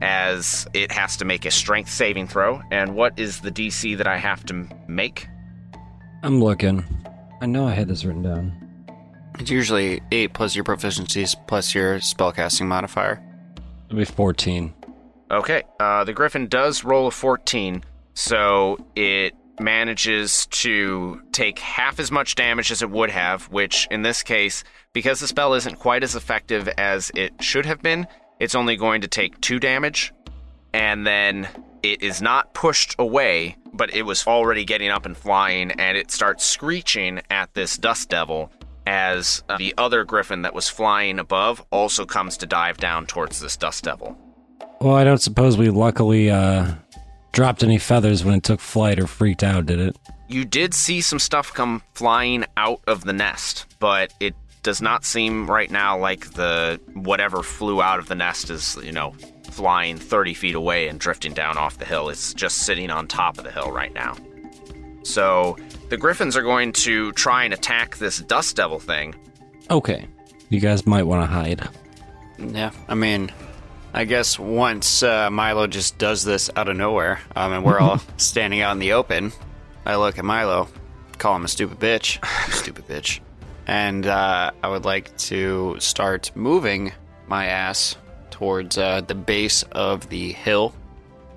[SPEAKER 2] as it has to make a strength saving throw. And what is the DC that I have to make?
[SPEAKER 4] I'm looking. I know I had this written down.
[SPEAKER 3] It's usually eight plus your proficiencies plus your spellcasting modifier.
[SPEAKER 4] It'll be 14.
[SPEAKER 2] Okay, uh, the griffin does roll a 14, so it manages to take half as much damage as it would have, which in this case, because the spell isn't quite as effective as it should have been, it's only going to take two damage. And then it is not pushed away, but it was already getting up and flying, and it starts screeching at this dust devil as uh, the other griffin that was flying above also comes to dive down towards this dust devil.
[SPEAKER 4] Well, I don't suppose we luckily uh, dropped any feathers when it took flight or freaked out, did it?
[SPEAKER 2] You did see some stuff come flying out of the nest, but it does not seem right now like the whatever flew out of the nest is, you know, flying 30 feet away and drifting down off the hill. It's just sitting on top of the hill right now. So the griffins are going to try and attack this dust devil thing.
[SPEAKER 4] Okay. You guys might want to hide.
[SPEAKER 3] Yeah, I mean, I guess once uh, Milo just does this out of nowhere, um, and we're all standing out in the open, I look at Milo, call him a stupid bitch, "You stupid bitch, and uh, I would like to start moving my ass towards uh, the base of the hill,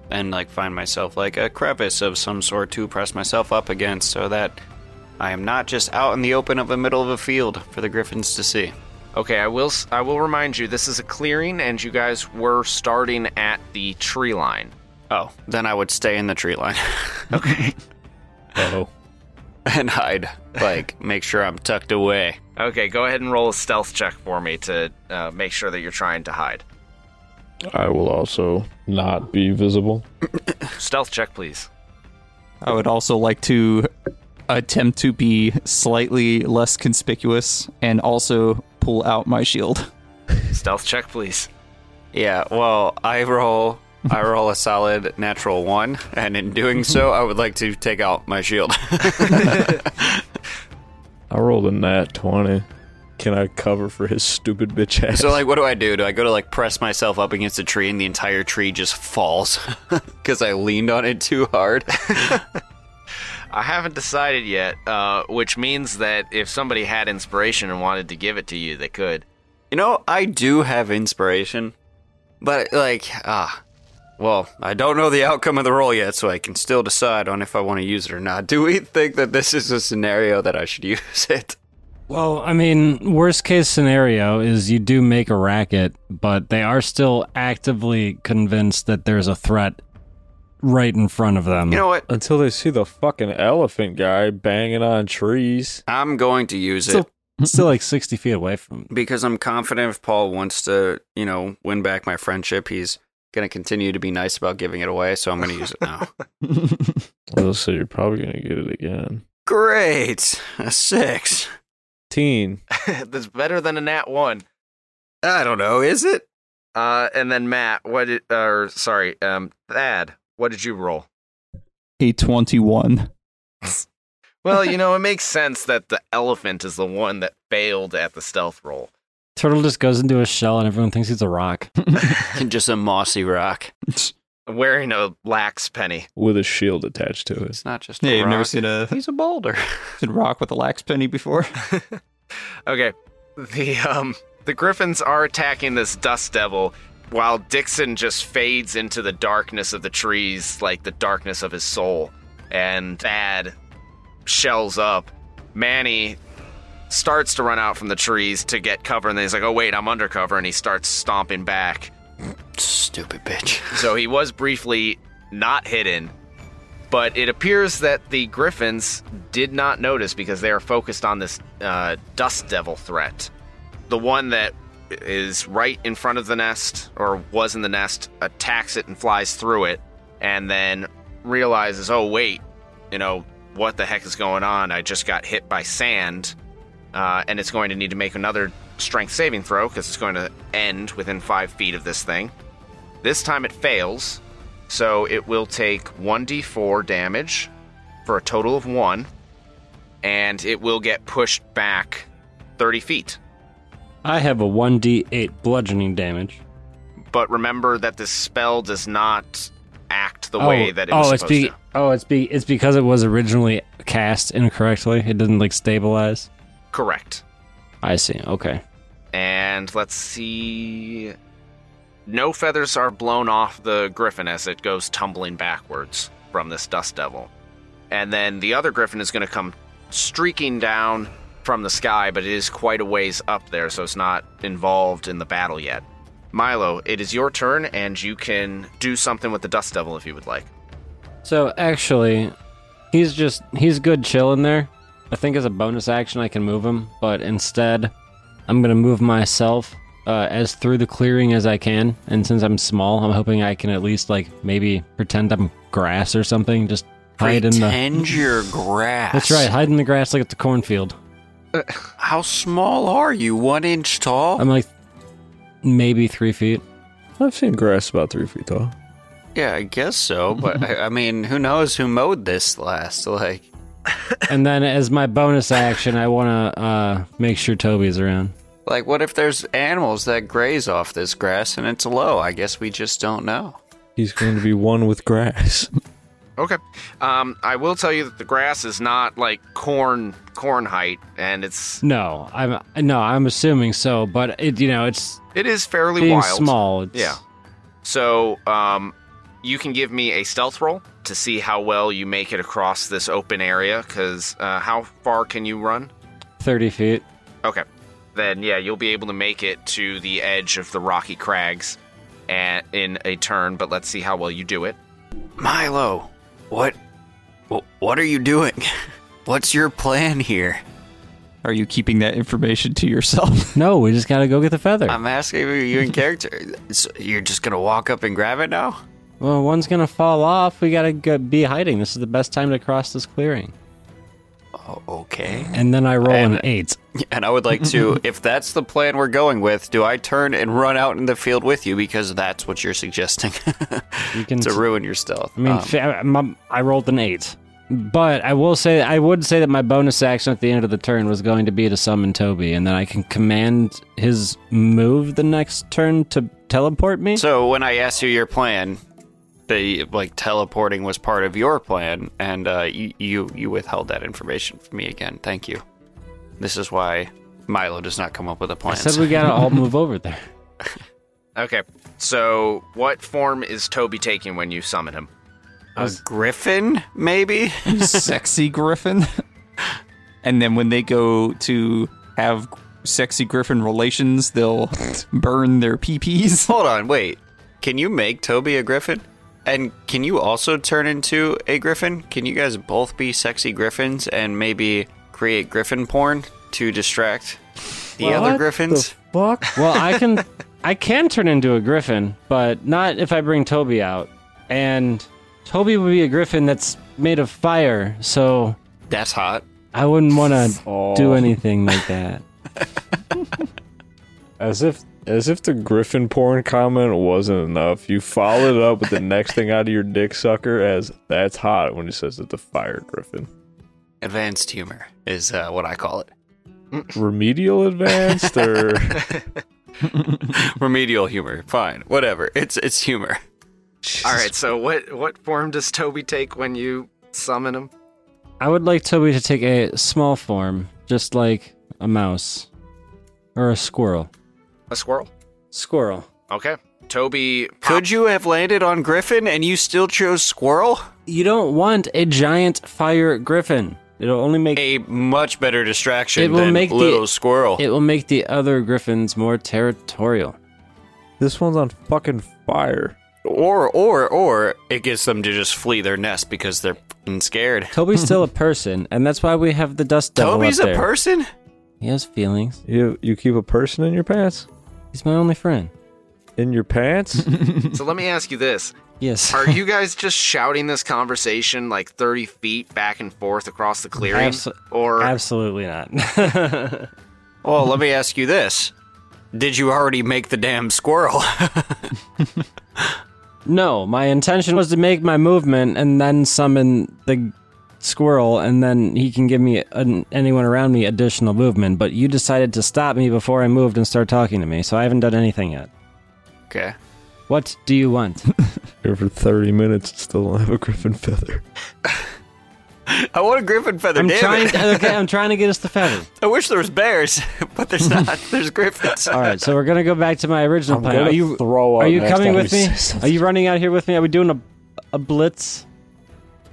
[SPEAKER 3] and like find myself like a crevice of some sort to press myself up against, so that I am not just out in the open of the middle of a field for the Griffins to see.
[SPEAKER 2] Okay, I will s- I will remind you this is a clearing and you guys were starting at the tree line.
[SPEAKER 3] Oh, then I would stay in the tree line.
[SPEAKER 6] Oh,
[SPEAKER 3] [laughs] and hide. Like, make sure I'm tucked away.
[SPEAKER 2] Okay, go ahead and roll a stealth check for me to uh, make sure that you're trying to hide.
[SPEAKER 6] I will also not be visible.
[SPEAKER 2] Stealth check, please.
[SPEAKER 5] I would also like to attempt to be slightly less conspicuous and also pull out my shield. [laughs]
[SPEAKER 2] Stealth check, please.
[SPEAKER 3] Yeah, well, I roll I roll a solid natural one, and in doing so, I would like to take out my shield. [laughs]
[SPEAKER 6] I rolled a nat twenty. Can I cover for his stupid bitch ass?
[SPEAKER 3] so like what do I do? Do I go to like press myself up against a tree and the entire tree just falls [laughs] cuz I leaned on it too hard? [laughs]
[SPEAKER 2] I haven't decided yet, uh, which means that if somebody had inspiration and wanted to give it to you, they could. [laughs]
[SPEAKER 3] You know, I do have inspiration, but like ah well, I don't know the outcome of the roll yet, so I can still decide on if I want to use it or not. Do we think that this is a scenario that I should [laughs] use it?
[SPEAKER 4] Well, I mean, worst case scenario is you do make a racket, but they are still actively convinced that there's a threat right in front of them.
[SPEAKER 3] You know what?
[SPEAKER 6] Until they see the fucking elephant guy banging on trees.
[SPEAKER 3] I'm going to use it
[SPEAKER 4] still, still like 60 feet away from
[SPEAKER 3] because I'm confident if Paul wants to, you know, win back my friendship, he's going to continue to be nice about giving it away. So I'm going to use it now.
[SPEAKER 6] Well, so you're probably gonna get it again.
[SPEAKER 3] [laughs] Great. A six.
[SPEAKER 6] Teen.
[SPEAKER 2] That's better than a nat one.
[SPEAKER 3] I don't know. Is it?
[SPEAKER 2] Uh, and then Matt, what? Did, or sorry, um, Thad, what did you roll?
[SPEAKER 5] A 21.
[SPEAKER 2] Well, you know, it makes sense that the elephant is the one that failed at the stealth roll.
[SPEAKER 4] Turtle just goes into a shell and everyone thinks he's a rock.
[SPEAKER 3] [laughs] Just a mossy rock.
[SPEAKER 2] Wearing a lax penny.
[SPEAKER 6] with a shield attached to it.
[SPEAKER 3] It's not just a
[SPEAKER 5] Yeah, you've never
[SPEAKER 3] rock.
[SPEAKER 5] seen a
[SPEAKER 3] He's a
[SPEAKER 5] [laughs]
[SPEAKER 3] boulder.
[SPEAKER 5] seen rock with a lax penny before.
[SPEAKER 2] Okay. The um the griffins are attacking this dust devil while Dixon just fades into the darkness of the trees like the darkness of his soul and Thad shells up. Manny starts to run out from the trees to get cover and then he's like, "Oh wait, I'm undercover." And he starts stomping back.
[SPEAKER 3] Stupid bitch.
[SPEAKER 2] So he was briefly not hidden, but it appears that the Griffins did not notice because they are focused on this uh, dust devil threat. The one that is right in front of the nest or was in the nest attacks it and flies through it, and then realizes, oh, wait, you know, what the heck is going on? I just got hit by sand, uh, and it's going to need to make another strength saving throw because it's going to end within five feet of this thing. This time it fails, so it will take 1d4 damage for a total of 1, and it will get pushed back 30 feet.
[SPEAKER 4] I have a 1d8 bludgeoning damage.
[SPEAKER 2] But remember that this spell does not act the way that it
[SPEAKER 4] oh,
[SPEAKER 2] was
[SPEAKER 4] it's
[SPEAKER 2] supposed
[SPEAKER 4] be,
[SPEAKER 2] to.
[SPEAKER 4] Oh, it's be it's because it was originally cast incorrectly. It didn't like stabilize.
[SPEAKER 2] Correct.
[SPEAKER 4] I see. Okay.
[SPEAKER 2] And let's see. No feathers are blown off the griffin as it goes tumbling backwards from this dust devil. and then the other griffin is going to come streaking down from the sky, but it is quite a ways up there, so it's not involved in the battle yet. Milo, it is your turn, and you can do something with the Dust Devil if you would like.
[SPEAKER 4] So actually, he's just he's good chilling there. I think as a bonus action I can move him, but instead I'm gonna move myself uh, as through the clearing as I can. And since I'm small, I'm hoping I can at least like maybe pretend I'm grass or something. Just hide in the.
[SPEAKER 3] Pretend your grass.
[SPEAKER 4] That's right, hide in the grass like at the cornfield.
[SPEAKER 3] How small are you? One inch tall?
[SPEAKER 4] I'm like maybe three feet.
[SPEAKER 6] I've seen grass about three feet tall.
[SPEAKER 3] yeah, I guess so. But I, I mean, who knows who mowed this last? Like,
[SPEAKER 4] And then as my bonus action, I want to uh, make sure Toby's around.
[SPEAKER 3] like what if there's animals that graze off this grass and it's low? I guess we just don't know.
[SPEAKER 6] He's going to be one
[SPEAKER 3] [laughs]
[SPEAKER 6] with grass.
[SPEAKER 2] Okay. Um, I will tell you that the grass is not like corn corn height, and it's
[SPEAKER 4] No, I'm no, I'm assuming so, but it you know it's
[SPEAKER 2] it is fairly
[SPEAKER 4] being
[SPEAKER 2] wild.
[SPEAKER 4] small. It's,
[SPEAKER 2] Yeah. So um, you can give me a stealth roll to see how well you make it across this open area. Because uh, how far can you run?
[SPEAKER 4] thirty feet.
[SPEAKER 2] Okay. Then yeah, you'll be able to make it to the edge of the rocky crags, and in a turn. But let's see how well you do it.
[SPEAKER 3] Milo, what, wh- what are you doing? [laughs] What's your plan here?
[SPEAKER 5] Are you keeping that information to yourself?
[SPEAKER 4] No, we just gotta go get the feather.
[SPEAKER 2] Um,
[SPEAKER 3] I'm asking you, you in character. So you're just gonna walk up and grab it now?
[SPEAKER 4] well, one's gonna fall off. We gotta go, be hiding. This is the best time to cross this clearing.
[SPEAKER 3] Oh, okay.
[SPEAKER 4] And then I roll an
[SPEAKER 3] And-
[SPEAKER 4] eight.
[SPEAKER 3] [laughs] And I would like [laughs] to, if that's the plan we're going with, do I turn and run out in the field with you because that's what you're suggesting [laughs]
[SPEAKER 4] You can.
[SPEAKER 3] to ruin your stealth?
[SPEAKER 4] I mean,
[SPEAKER 3] Um,
[SPEAKER 4] fa- my- I rolled an eight, but I will say I would say that my bonus action at the end of the turn was going to be to summon Toby, and then I can command his move the next turn to teleport me.
[SPEAKER 3] so when I asked you your plan, the like teleporting was part of your plan, and uh, you, you you withheld that information from me again. Thank you. This is why Milo does not come up with a
[SPEAKER 4] I
[SPEAKER 3] plan.
[SPEAKER 4] said we gotta all move over there.
[SPEAKER 2] Okay. So what form is Toby taking when you summon him?
[SPEAKER 3] a griffin, maybe. [laughs]
[SPEAKER 5] You [laughs] sexy Griffin. and then when they go to have sexy Griffin relations, they'll burn their PPs.
[SPEAKER 3] Hold on, wait. Can you make Toby a griffin? And can you also turn into a griffin? Can you guys both be sexy griffins and maybe create griffin porn to distract the other griffins?
[SPEAKER 4] Fuck. Well, I can I can turn into a griffin, but not if I bring Toby out. And Toby would be a griffin that's made of fire, so
[SPEAKER 3] That's hot.
[SPEAKER 4] I wouldn't want to do anything like that.
[SPEAKER 6] As if as if the Griffin porn comment wasn't enough, you followed it up
[SPEAKER 3] [laughs]
[SPEAKER 6] with the next thing out of your dick sucker as that's hot when he says it's a fire Griffin.
[SPEAKER 3] Advanced humor is uh, what I call it.
[SPEAKER 6] Remedial
[SPEAKER 3] [laughs]
[SPEAKER 6] advanced or [laughs]
[SPEAKER 3] Remedial humor. Fine. Whatever. It's it's humor.
[SPEAKER 2] All right. So what what form does Toby take when you summon him?
[SPEAKER 4] I would like Toby to take a small form, just like a mouse or a squirrel.
[SPEAKER 2] A squirrel.
[SPEAKER 4] Squirrel.
[SPEAKER 2] Okay. Toby
[SPEAKER 3] Could you have landed on griffin and you still chose squirrel?
[SPEAKER 4] You don't want a giant fire griffin. It'll only make
[SPEAKER 3] A much better distraction
[SPEAKER 4] It will
[SPEAKER 3] than
[SPEAKER 4] make the-
[SPEAKER 3] little squirrel.
[SPEAKER 4] it will make the other griffins more territorial.
[SPEAKER 6] this one's on fucking fire.
[SPEAKER 3] Or or or it gets them to just flee their nest because they're f***ing scared.
[SPEAKER 4] Toby's still a person, and that's why we have the dust devil up
[SPEAKER 3] Toby's a
[SPEAKER 4] there.
[SPEAKER 3] person?
[SPEAKER 4] He has feelings.
[SPEAKER 6] You you keep a person in your pants?
[SPEAKER 4] He's my only friend.
[SPEAKER 6] In your [laughs] pants?
[SPEAKER 2] So let me ask you this.
[SPEAKER 4] Yes.
[SPEAKER 2] [laughs] Are you guys just shouting this conversation like 30 feet back and forth across the clearing?
[SPEAKER 4] [laughs] Abso-
[SPEAKER 2] or
[SPEAKER 4] Absolutely not. [laughs]
[SPEAKER 3] Well, let me ask you this. Did you already make the damn squirrel? [laughs]
[SPEAKER 4] no, my intention was to make my movement and then summon the squirrel, and then he can give me an, anyone around me additional movement. But you decided to stop me before I moved and start talking to me, so I haven't done anything yet.
[SPEAKER 3] okay.
[SPEAKER 4] What do you
[SPEAKER 3] [laughs]
[SPEAKER 4] want?
[SPEAKER 6] Here for thirty minutes and still don't have a Griffin feather.
[SPEAKER 3] I want a griffin feather,
[SPEAKER 4] I'm
[SPEAKER 3] damn
[SPEAKER 4] trying.
[SPEAKER 3] it.
[SPEAKER 4] okay, I'm trying to get us the feather.
[SPEAKER 3] [laughs] I wish there was bears, [laughs] but there's not. There's griffins.
[SPEAKER 4] All right, so we're gonna go back to my original plan.
[SPEAKER 6] gonna
[SPEAKER 4] Are you
[SPEAKER 6] throw up
[SPEAKER 4] Are you
[SPEAKER 6] next
[SPEAKER 4] coming
[SPEAKER 6] time
[SPEAKER 4] with
[SPEAKER 6] you
[SPEAKER 4] me?
[SPEAKER 6] say something.
[SPEAKER 4] Are you running out here with me? Are we doing a a blitz?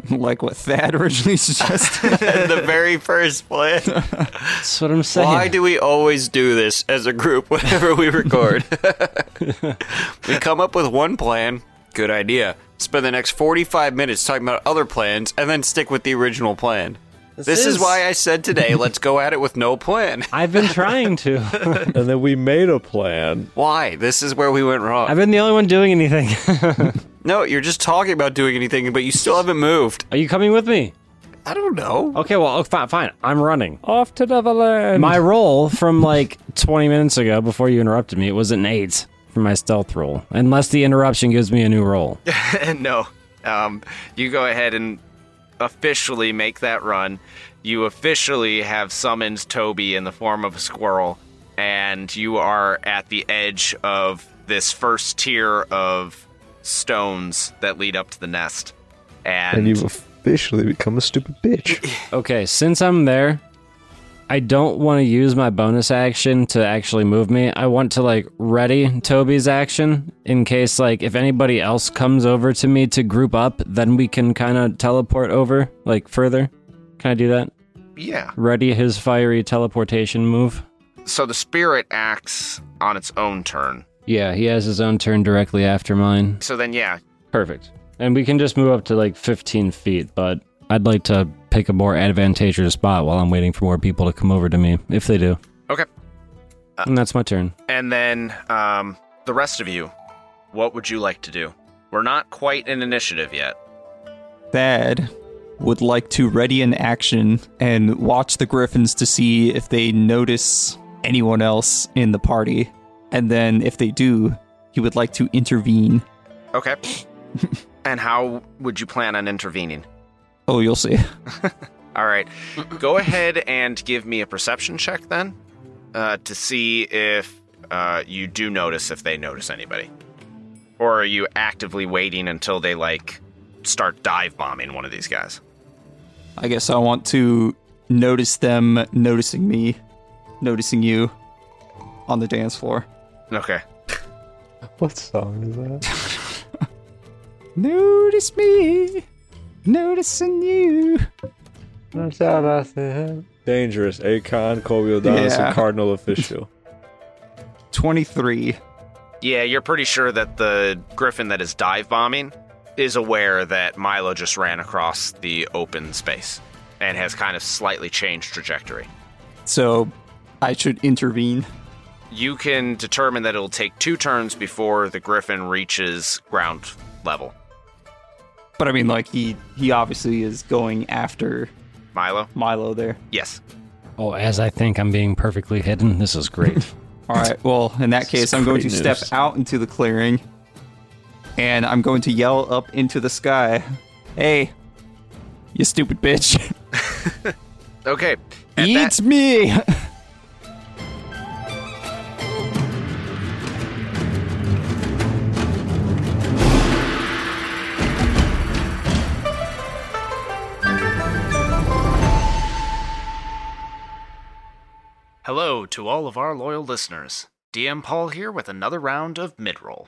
[SPEAKER 5] [laughs] like what Thad originally [laughs] suggested.
[SPEAKER 3] the very first plan.
[SPEAKER 4] That's what I'm saying.
[SPEAKER 3] Why do we always do this as a group [laughs] whenever we record? [laughs] we come up with one plan, good idea. Spend the next 45 minutes talking about other plans and then stick with the original plan. This, is,
[SPEAKER 4] is-
[SPEAKER 3] why I said [laughs] today, let's go at it with no plan. [laughs]
[SPEAKER 4] I've been trying to.
[SPEAKER 6] and then we made a plan.
[SPEAKER 3] Why? This is where we went wrong.
[SPEAKER 4] I've been the only one doing anything. [laughs]
[SPEAKER 3] no, you're just talking about doing anything, but you still haven't moved.
[SPEAKER 4] Are you coming with me?
[SPEAKER 3] I don't know.
[SPEAKER 4] Okay, well, oh, fine, fine. I'm running.
[SPEAKER 6] Off to Neverland.
[SPEAKER 4] My roll from like 20 minutes ago before you interrupted me, it was an 8 for my stealth roll. Unless the interruption gives me a new roll.
[SPEAKER 2] [laughs] no. Um, you go ahead and officially make that run. You officially have summoned Toby in the form of a squirrel, and you are at the edge of this first tier of stones that lead up to the nest. And,
[SPEAKER 6] and you've officially become a stupid bitch. [laughs]
[SPEAKER 4] Okay, since I'm there, I don't want to use my bonus action to actually move me. I want to like ready Toby's action in case like if anybody else comes over to me to group up, then we can kind of teleport over like further. Can I do that?
[SPEAKER 2] yeah.
[SPEAKER 4] Ready his fiery teleportation move.
[SPEAKER 2] So the spirit acts on its own turn.
[SPEAKER 4] Yeah, he has his own turn directly after mine.
[SPEAKER 2] So then, yeah,
[SPEAKER 4] Perfect. And we can just move up to like 15 feet, but I'd like to pick a more advantageous spot while I'm waiting for more people to come over to me, if they do.
[SPEAKER 2] Okay.
[SPEAKER 4] and that's my turn.
[SPEAKER 2] And then um, the rest of you, what would you like to do? We're not quite in initiative yet.
[SPEAKER 5] Thad would like to ready an action and watch the griffins to see if they notice anyone else in the party. And then if they do, he would like to intervene.
[SPEAKER 2] Okay. and how would you plan on intervening?
[SPEAKER 5] Oh, you'll see.
[SPEAKER 2] All right. Go ahead and give me a perception check then uh, to see if uh, you do notice if they notice anybody. Or are you actively waiting until they, like, start dive bombing one of these guys?
[SPEAKER 5] I guess I want to notice them noticing me, noticing you on the dance floor.
[SPEAKER 2] Okay.
[SPEAKER 6] What song is [laughs] that?
[SPEAKER 5] Notice me, noticing you.
[SPEAKER 6] Dangerous. Akon, Colby O'Donis,
[SPEAKER 5] Yeah.
[SPEAKER 6] and Cardinal Official.
[SPEAKER 5] 23.
[SPEAKER 2] Yeah, you're pretty sure that the griffin that is dive bombing is aware that Milo just ran across the open space and has kind of slightly changed trajectory.
[SPEAKER 5] So I should intervene.
[SPEAKER 2] You can determine that it'll take two turns before the griffin reaches ground level.
[SPEAKER 5] But I mean, like, he, he obviously is going after
[SPEAKER 2] Milo?
[SPEAKER 5] Milo there.
[SPEAKER 2] Yes.
[SPEAKER 4] Oh, as I think I'm being perfectly hidden, this is great. [laughs]
[SPEAKER 5] All right. Well, [laughs] in that case, I'm going to
[SPEAKER 6] great
[SPEAKER 5] step
[SPEAKER 6] news.
[SPEAKER 5] out into the clearing and I'm going to yell up into the sky, Hey, you stupid bitch. [laughs]
[SPEAKER 2] Okay. At
[SPEAKER 5] Eat
[SPEAKER 2] that-
[SPEAKER 5] me. [laughs]
[SPEAKER 2] Hello to all of our loyal listeners. DM Paul here with another round of midroll.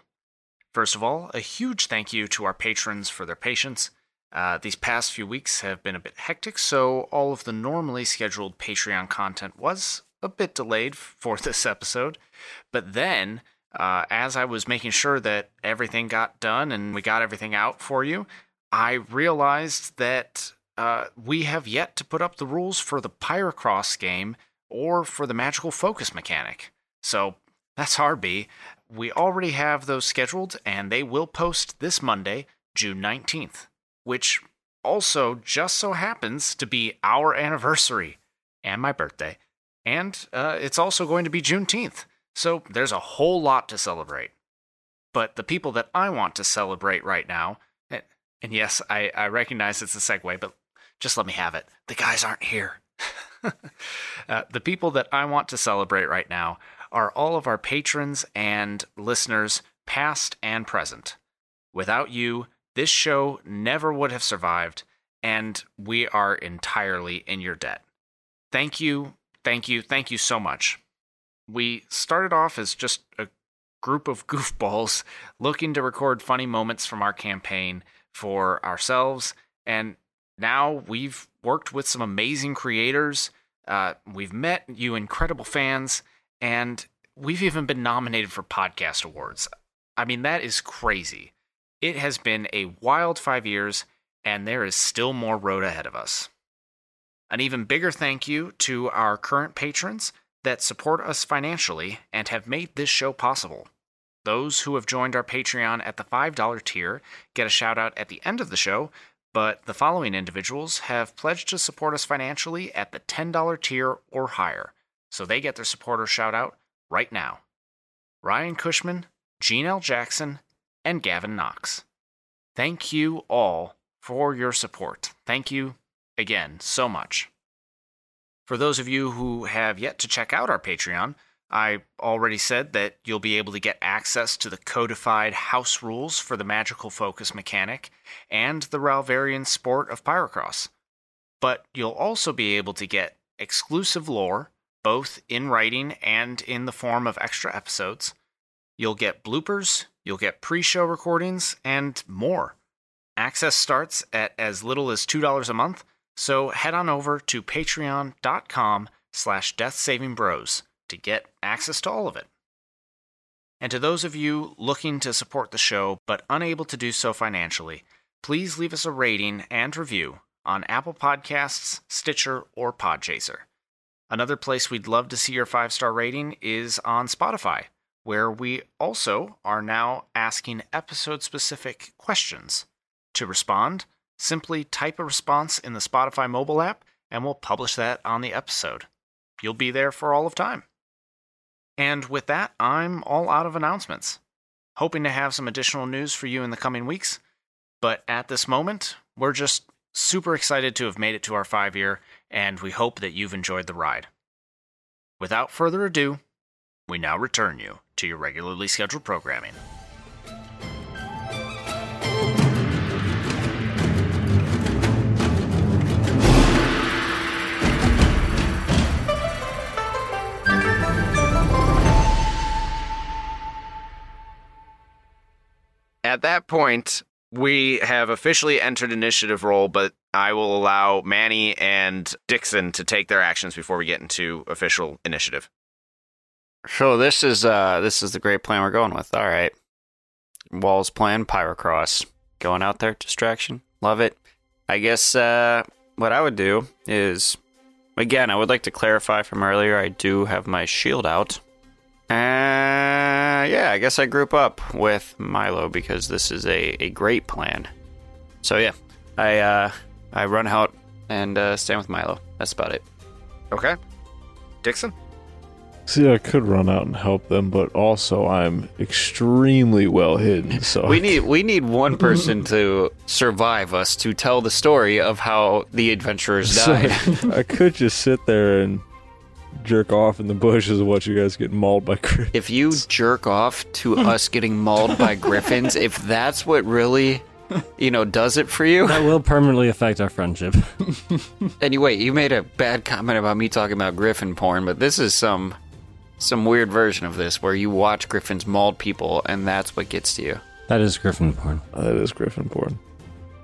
[SPEAKER 2] First of all, a huge thank you to our patrons for their patience. Uh, these past few weeks have been a bit hectic, so all of the normally scheduled Patreon content was a bit delayed for [laughs] this episode. But then, uh, as I was making sure that everything got done and we got everything out for you, I realized that uh, we have yet to put up the rules for the Pyrocross game or for the magical focus mechanic. So that's RB. We already have those scheduled, and they will post this Monday, June 19th, which also just so happens to be our anniversary and my birthday. And uh, it's also going to be Juneteenth. So there's a whole lot to celebrate. But the people that I want to celebrate right now, and, and yes, I, I recognize it's a segue, but just let me have it. The guys aren't here. Uh, the people that I want to celebrate right now are all of our patrons and listeners, past and present. Without you, this show never would have survived, and we are entirely in your debt. Thank you, thank you, thank you so much. We started off as just a group of [laughs] goofballs looking to record funny moments from our campaign for ourselves And now we've worked with some amazing creators. Uh, we've met you incredible fans, and we've even been nominated for podcast awards. I mean, that is crazy. It has been a wild five years, and there is still more road ahead of us. An even bigger thank you to our current patrons that support us financially and have made this show possible. Those who have joined our Patreon at the $5 tier get a shout out at the end of the show, but the following individuals have pledged to support us financially at the $10 tier or higher, so they get their supporter shout out right now Ryan Cushman, Gene L. Jackson, and Gavin Knox. Thank you all for your support. Thank you again so much. For those of you who have yet to check out our Patreon, I already said that you'll be able to get access to the codified house rules for the magical focus mechanic and the Ralvarian sport of Pyrocross. But you'll also be able to get exclusive lore, both in writing and in the form of extra episodes. You'll get bloopers, you'll get pre show recordings, and more. Access starts at as little as $2 a month, so head on over to patreon.com slash deathsavingbros to get access to all of it. And to those of you looking to support the show but unable to do so financially, please leave us a rating and review on Apple Podcasts, Stitcher, or Podchaser. Another place we'd love to see your five star rating is on Spotify, where we also are now asking episode specific questions. To respond, simply type a response in the Spotify mobile app and we'll publish that on the episode. You'll be there for all of time. And with that, I'm all out of announcements. Hoping to have some additional news for you in the coming weeks, but at this moment, we're just super excited to have made it to our five year, and we hope that you've enjoyed the ride. Without further ado, we now return you to your regularly scheduled programming. At that point, we have officially entered initiative roll, but I will allow Manny and Dixon to take their actions before we get into official initiative.
[SPEAKER 3] So this is uh this is the great plan we're going with. All right. Walls plan, Pyrocross. Going out there, distraction. Love it. I guess uh what I would do is again, I would like to clarify from earlier I do have my shield out. Uh yeah, I guess I group up with Milo because this is a, a great plan. So yeah. I uh I run out and uh stand with Milo. That's about it.
[SPEAKER 2] Okay? Dixon?
[SPEAKER 6] [laughs] See, I could run out and help them, but also I'm extremely well hidden. So
[SPEAKER 3] We need we need one person to survive us to tell the story of how the adventurers
[SPEAKER 6] [laughs] So,
[SPEAKER 3] died.
[SPEAKER 6] I could just sit there and jerk off in the bushes and watch you guys get mauled by Chris.
[SPEAKER 3] if you jerk off to
[SPEAKER 6] Hmm.
[SPEAKER 3] us getting mauled by griffins, if that's what really you know does it for you.
[SPEAKER 4] That will permanently affect our friendship. [laughs]
[SPEAKER 3] Anyway, you made a bad comment about me talking about griffin porn, but this is some some weird version of this where you watch griffins maul people and that's what gets to you.
[SPEAKER 4] that is Griffin porn.
[SPEAKER 6] That is Griffin porn.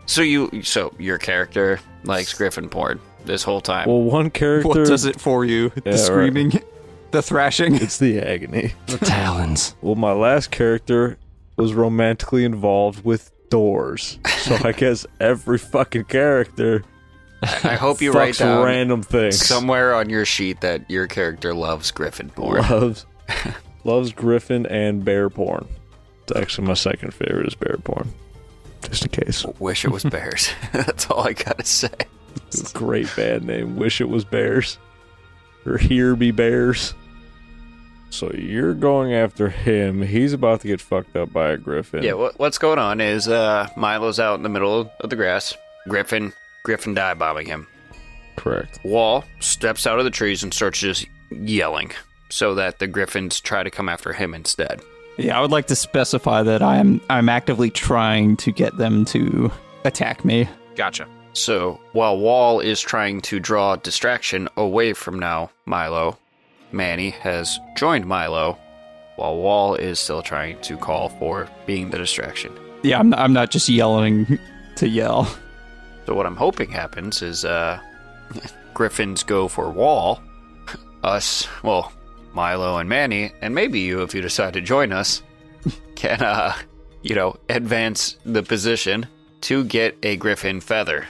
[SPEAKER 3] So you so your character likes griffin porn this whole time.
[SPEAKER 6] Well, one character.
[SPEAKER 5] What does it for you?
[SPEAKER 6] Yeah,
[SPEAKER 5] the
[SPEAKER 6] right.
[SPEAKER 5] screaming, [laughs] the thrashing. [laughs]
[SPEAKER 6] It's the agony.
[SPEAKER 4] The talons.
[SPEAKER 6] Well, my last character was romantically involved with doors, so I guess every fucking character
[SPEAKER 3] I hope you
[SPEAKER 6] fucks
[SPEAKER 3] write down
[SPEAKER 6] random things.
[SPEAKER 3] somewhere on your sheet that your character loves griffin porn. [laughs]
[SPEAKER 6] loves loves Griffin and bear porn. It's actually my second favorite is bear porn. Just in case.
[SPEAKER 3] Wish it was bears. [laughs] That's all I gotta say.
[SPEAKER 6] It's a great bad name. Wish it was bears. Or here be bears. So you're going after him. He's about to get fucked up by a griffin.
[SPEAKER 3] Yeah, what, what's going on is uh, Milo's out in the middle of the grass. Griffin, Griffin die bombing him.
[SPEAKER 6] correct.
[SPEAKER 3] Wall steps out of the trees and starts just yelling so that the Griffins try to come after him instead.
[SPEAKER 5] Yeah, I would like to specify that I'm I'm actively trying to get them to attack me.
[SPEAKER 2] Gotcha.
[SPEAKER 3] So while Wall is trying to draw distraction away from now Milo, Manny has joined Milo while Wall is still trying to call for being the distraction.
[SPEAKER 5] Yeah, I'm I'm not just yelling to yell.
[SPEAKER 3] So what I'm hoping happens is uh, [laughs] Griffins go for Wall, us, well, Milo and Manny, and maybe you if you decide to join us, [laughs] can uh, you know, advance the position to get a Griffin feather.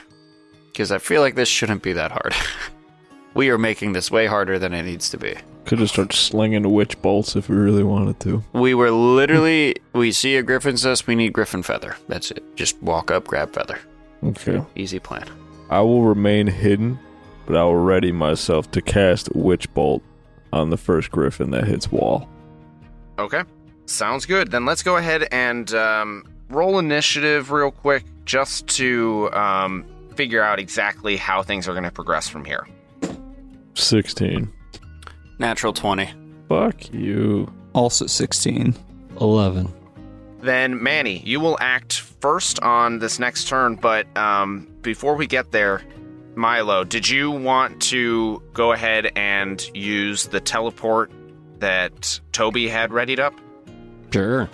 [SPEAKER 3] Because I feel like this shouldn't be that hard. [laughs] we are making this way harder than it needs to be.
[SPEAKER 6] Could just start slinging witch bolts if we really wanted to.
[SPEAKER 3] We were literally, we see a Griffin's nest, we need Griffin feather. That's it. Just walk up, grab feather.
[SPEAKER 6] Okay.
[SPEAKER 3] Easy plan.
[SPEAKER 6] I will remain hidden, but I will ready myself to cast Witch Bolt on the first griffin that hits wall.
[SPEAKER 2] Okay. Sounds good. Then let's go ahead and um, roll initiative real quick just to um, figure out exactly how things are going to progress from here.
[SPEAKER 6] 16.
[SPEAKER 3] Natural 20.
[SPEAKER 6] Fuck you.
[SPEAKER 5] Also 16.
[SPEAKER 4] 11.
[SPEAKER 2] Then, Manny, you will act first on this next turn, but um, before we get there, Milo, did you want to go ahead and use the teleport that Toby had readied up?
[SPEAKER 4] Sure.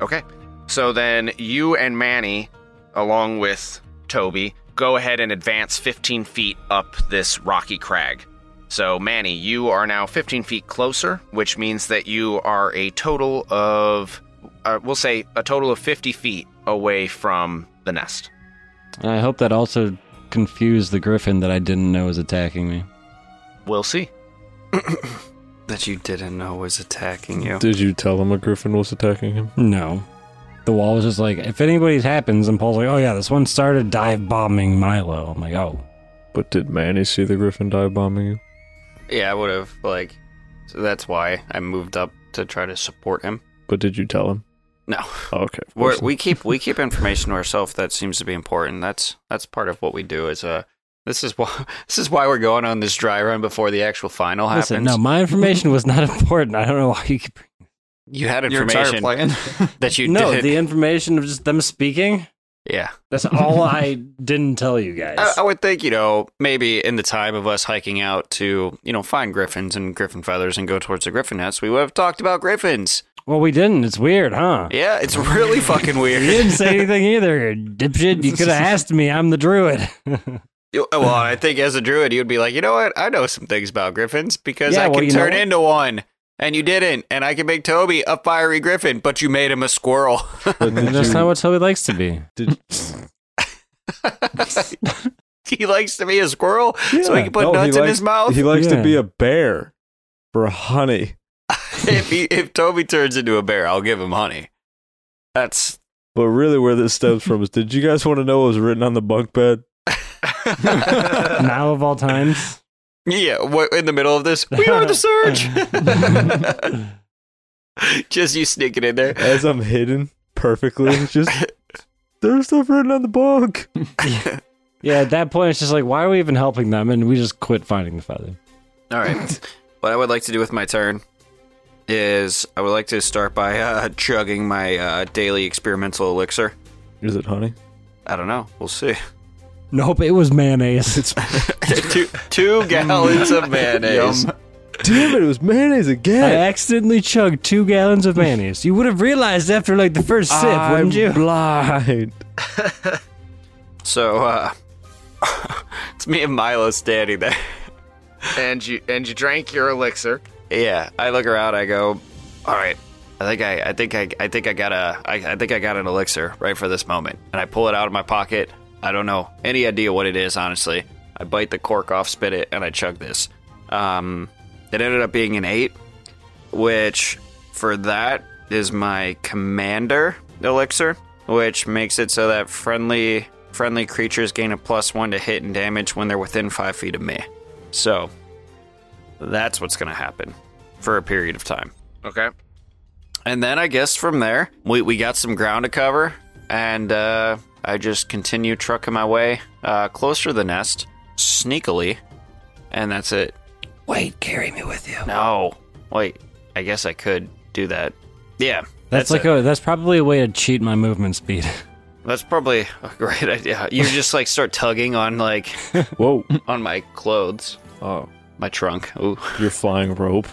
[SPEAKER 2] Okay. So then you and Manny, along with Toby, go ahead and advance 15 feet up this rocky crag. So, Manny, you are now 15 feet closer, which means that you are a total of, uh, we'll say, a total of 50 feet away from the nest.
[SPEAKER 4] And I hope that also confused the griffin that I didn't know was attacking me.
[SPEAKER 2] We'll see.
[SPEAKER 3] That you didn't know was attacking you.
[SPEAKER 6] Did you tell him a griffin was attacking him?
[SPEAKER 4] No. The wall was just like, if anybody's happens, and Paul's like, oh yeah, this one started dive bombing Milo. I'm like, oh.
[SPEAKER 6] But did Manny see the griffin dive bombing you?
[SPEAKER 3] Yeah, I would have, like, so that's why I moved up to try to support him.
[SPEAKER 6] But did you tell him?
[SPEAKER 3] No.
[SPEAKER 6] Oh, okay.
[SPEAKER 3] [laughs]
[SPEAKER 6] of
[SPEAKER 3] We're,
[SPEAKER 6] course
[SPEAKER 3] we
[SPEAKER 4] [laughs]
[SPEAKER 3] keep we keep information to ourselves. That seems to be important. That's that's part of what we do. Is uh, this is why [laughs] this is why we're going on this dry run before the actual final happens.
[SPEAKER 4] Listen, no, my information was not [laughs] important. I don't know why you keep.
[SPEAKER 3] you had
[SPEAKER 5] Your entire
[SPEAKER 3] information
[SPEAKER 5] plan. [laughs]
[SPEAKER 3] that you
[SPEAKER 4] no,
[SPEAKER 3] did.
[SPEAKER 4] the information of just them speaking.
[SPEAKER 3] yeah,
[SPEAKER 4] That's
[SPEAKER 3] [laughs]
[SPEAKER 4] all I didn't tell you guys.
[SPEAKER 3] I, I would think you know maybe in the time of us hiking out to you know find griffins and griffin feathers and go towards the griffin nest, we would have talked about griffins.
[SPEAKER 4] well, we didn't. It's weird, huh?
[SPEAKER 3] Yeah, it's
[SPEAKER 4] [laughs]
[SPEAKER 3] really fucking
[SPEAKER 4] You didn't
[SPEAKER 3] weird.
[SPEAKER 4] say
[SPEAKER 3] [laughs]
[SPEAKER 4] anything either, you dipshit. You could have asked me. I'm the druid.
[SPEAKER 3] You- well, I think as a druid, you'd be like, you know what? I know some things about griffins because
[SPEAKER 4] Yeah,
[SPEAKER 3] I
[SPEAKER 4] well,
[SPEAKER 3] can
[SPEAKER 4] you know
[SPEAKER 3] turn
[SPEAKER 4] what?
[SPEAKER 3] into one. And you didn't, and I can make Toby a fiery griffin, but you made him a squirrel. [laughs]
[SPEAKER 6] But did
[SPEAKER 4] That's
[SPEAKER 6] you-
[SPEAKER 4] not what Toby likes to be.
[SPEAKER 6] did-
[SPEAKER 3] he likes to be a squirrel, so he
[SPEAKER 6] Yeah.
[SPEAKER 3] can put
[SPEAKER 6] No,
[SPEAKER 3] nuts in
[SPEAKER 6] likes-
[SPEAKER 3] his mouth.
[SPEAKER 6] He likes
[SPEAKER 4] Yeah.
[SPEAKER 6] to be a bear for honey.
[SPEAKER 3] [laughs] if he, if Toby turns into a bear, I'll give him honey. That's
[SPEAKER 6] But really, where this stems from is did you guys want to know what was written on the bunk bed?
[SPEAKER 4] Now of all times.
[SPEAKER 3] yeah. What in the middle of this? We are the surge. [laughs] Just you sneaking in there.
[SPEAKER 6] As I'm hidden perfectly, it's [laughs] just there's stuff written on the bunk.
[SPEAKER 4] Yeah, at that point, it's just like, why are we even helping them? And we just quit finding the feather.
[SPEAKER 3] All right. [laughs] what I would like to do with my turn is I would like to start by uh, chugging my uh, daily experimental elixir.
[SPEAKER 6] Is it honey?
[SPEAKER 3] I don't know. We'll see.
[SPEAKER 4] Nope, it was mayonnaise. It's
[SPEAKER 3] [laughs] two, two gallons [laughs] of mayonnaise.
[SPEAKER 6] Damn it, it was mayonnaise
[SPEAKER 4] I
[SPEAKER 6] again.
[SPEAKER 4] accidentally chugged two gallons of mayonnaise. You would have realized after like the first sip,
[SPEAKER 6] I'm
[SPEAKER 4] wouldn't you?
[SPEAKER 6] blind.
[SPEAKER 3] So uh, [laughs] it's me and Milo standing there.
[SPEAKER 2] And you and you drank your elixir.
[SPEAKER 3] Yeah, I look around. I go, all right. I think I, I think I, I think I got a, I, I think I got an elixir right for this moment. And I pull it out of my pocket. I don't know any idea what it is, honestly. I bite the cork off, spit it, and I chug this. Um, it ended up being an eight, which for that is my commander elixir, which makes it so that friendly friendly creatures gain a plus one to hit and damage when they're within five feet of me. So that's what's going to happen for a period of time.
[SPEAKER 2] Okay.
[SPEAKER 3] And then I guess from there, we, we got some ground to cover, and uh, I just continue trucking my way uh, closer to the nest, sneakily, and that's it.
[SPEAKER 4] Wait, carry me with you.
[SPEAKER 3] No. Wait, I guess I could do that. Yeah.
[SPEAKER 4] That's, like
[SPEAKER 3] it.
[SPEAKER 4] a that's probably a way to cheat my movement speed. [laughs]
[SPEAKER 3] That's probably a great [laughs] idea. You just like start tugging on like
[SPEAKER 6] Whoa.
[SPEAKER 3] on my clothes,
[SPEAKER 6] Oh,
[SPEAKER 3] my trunk. Ooh.
[SPEAKER 6] your flying rope.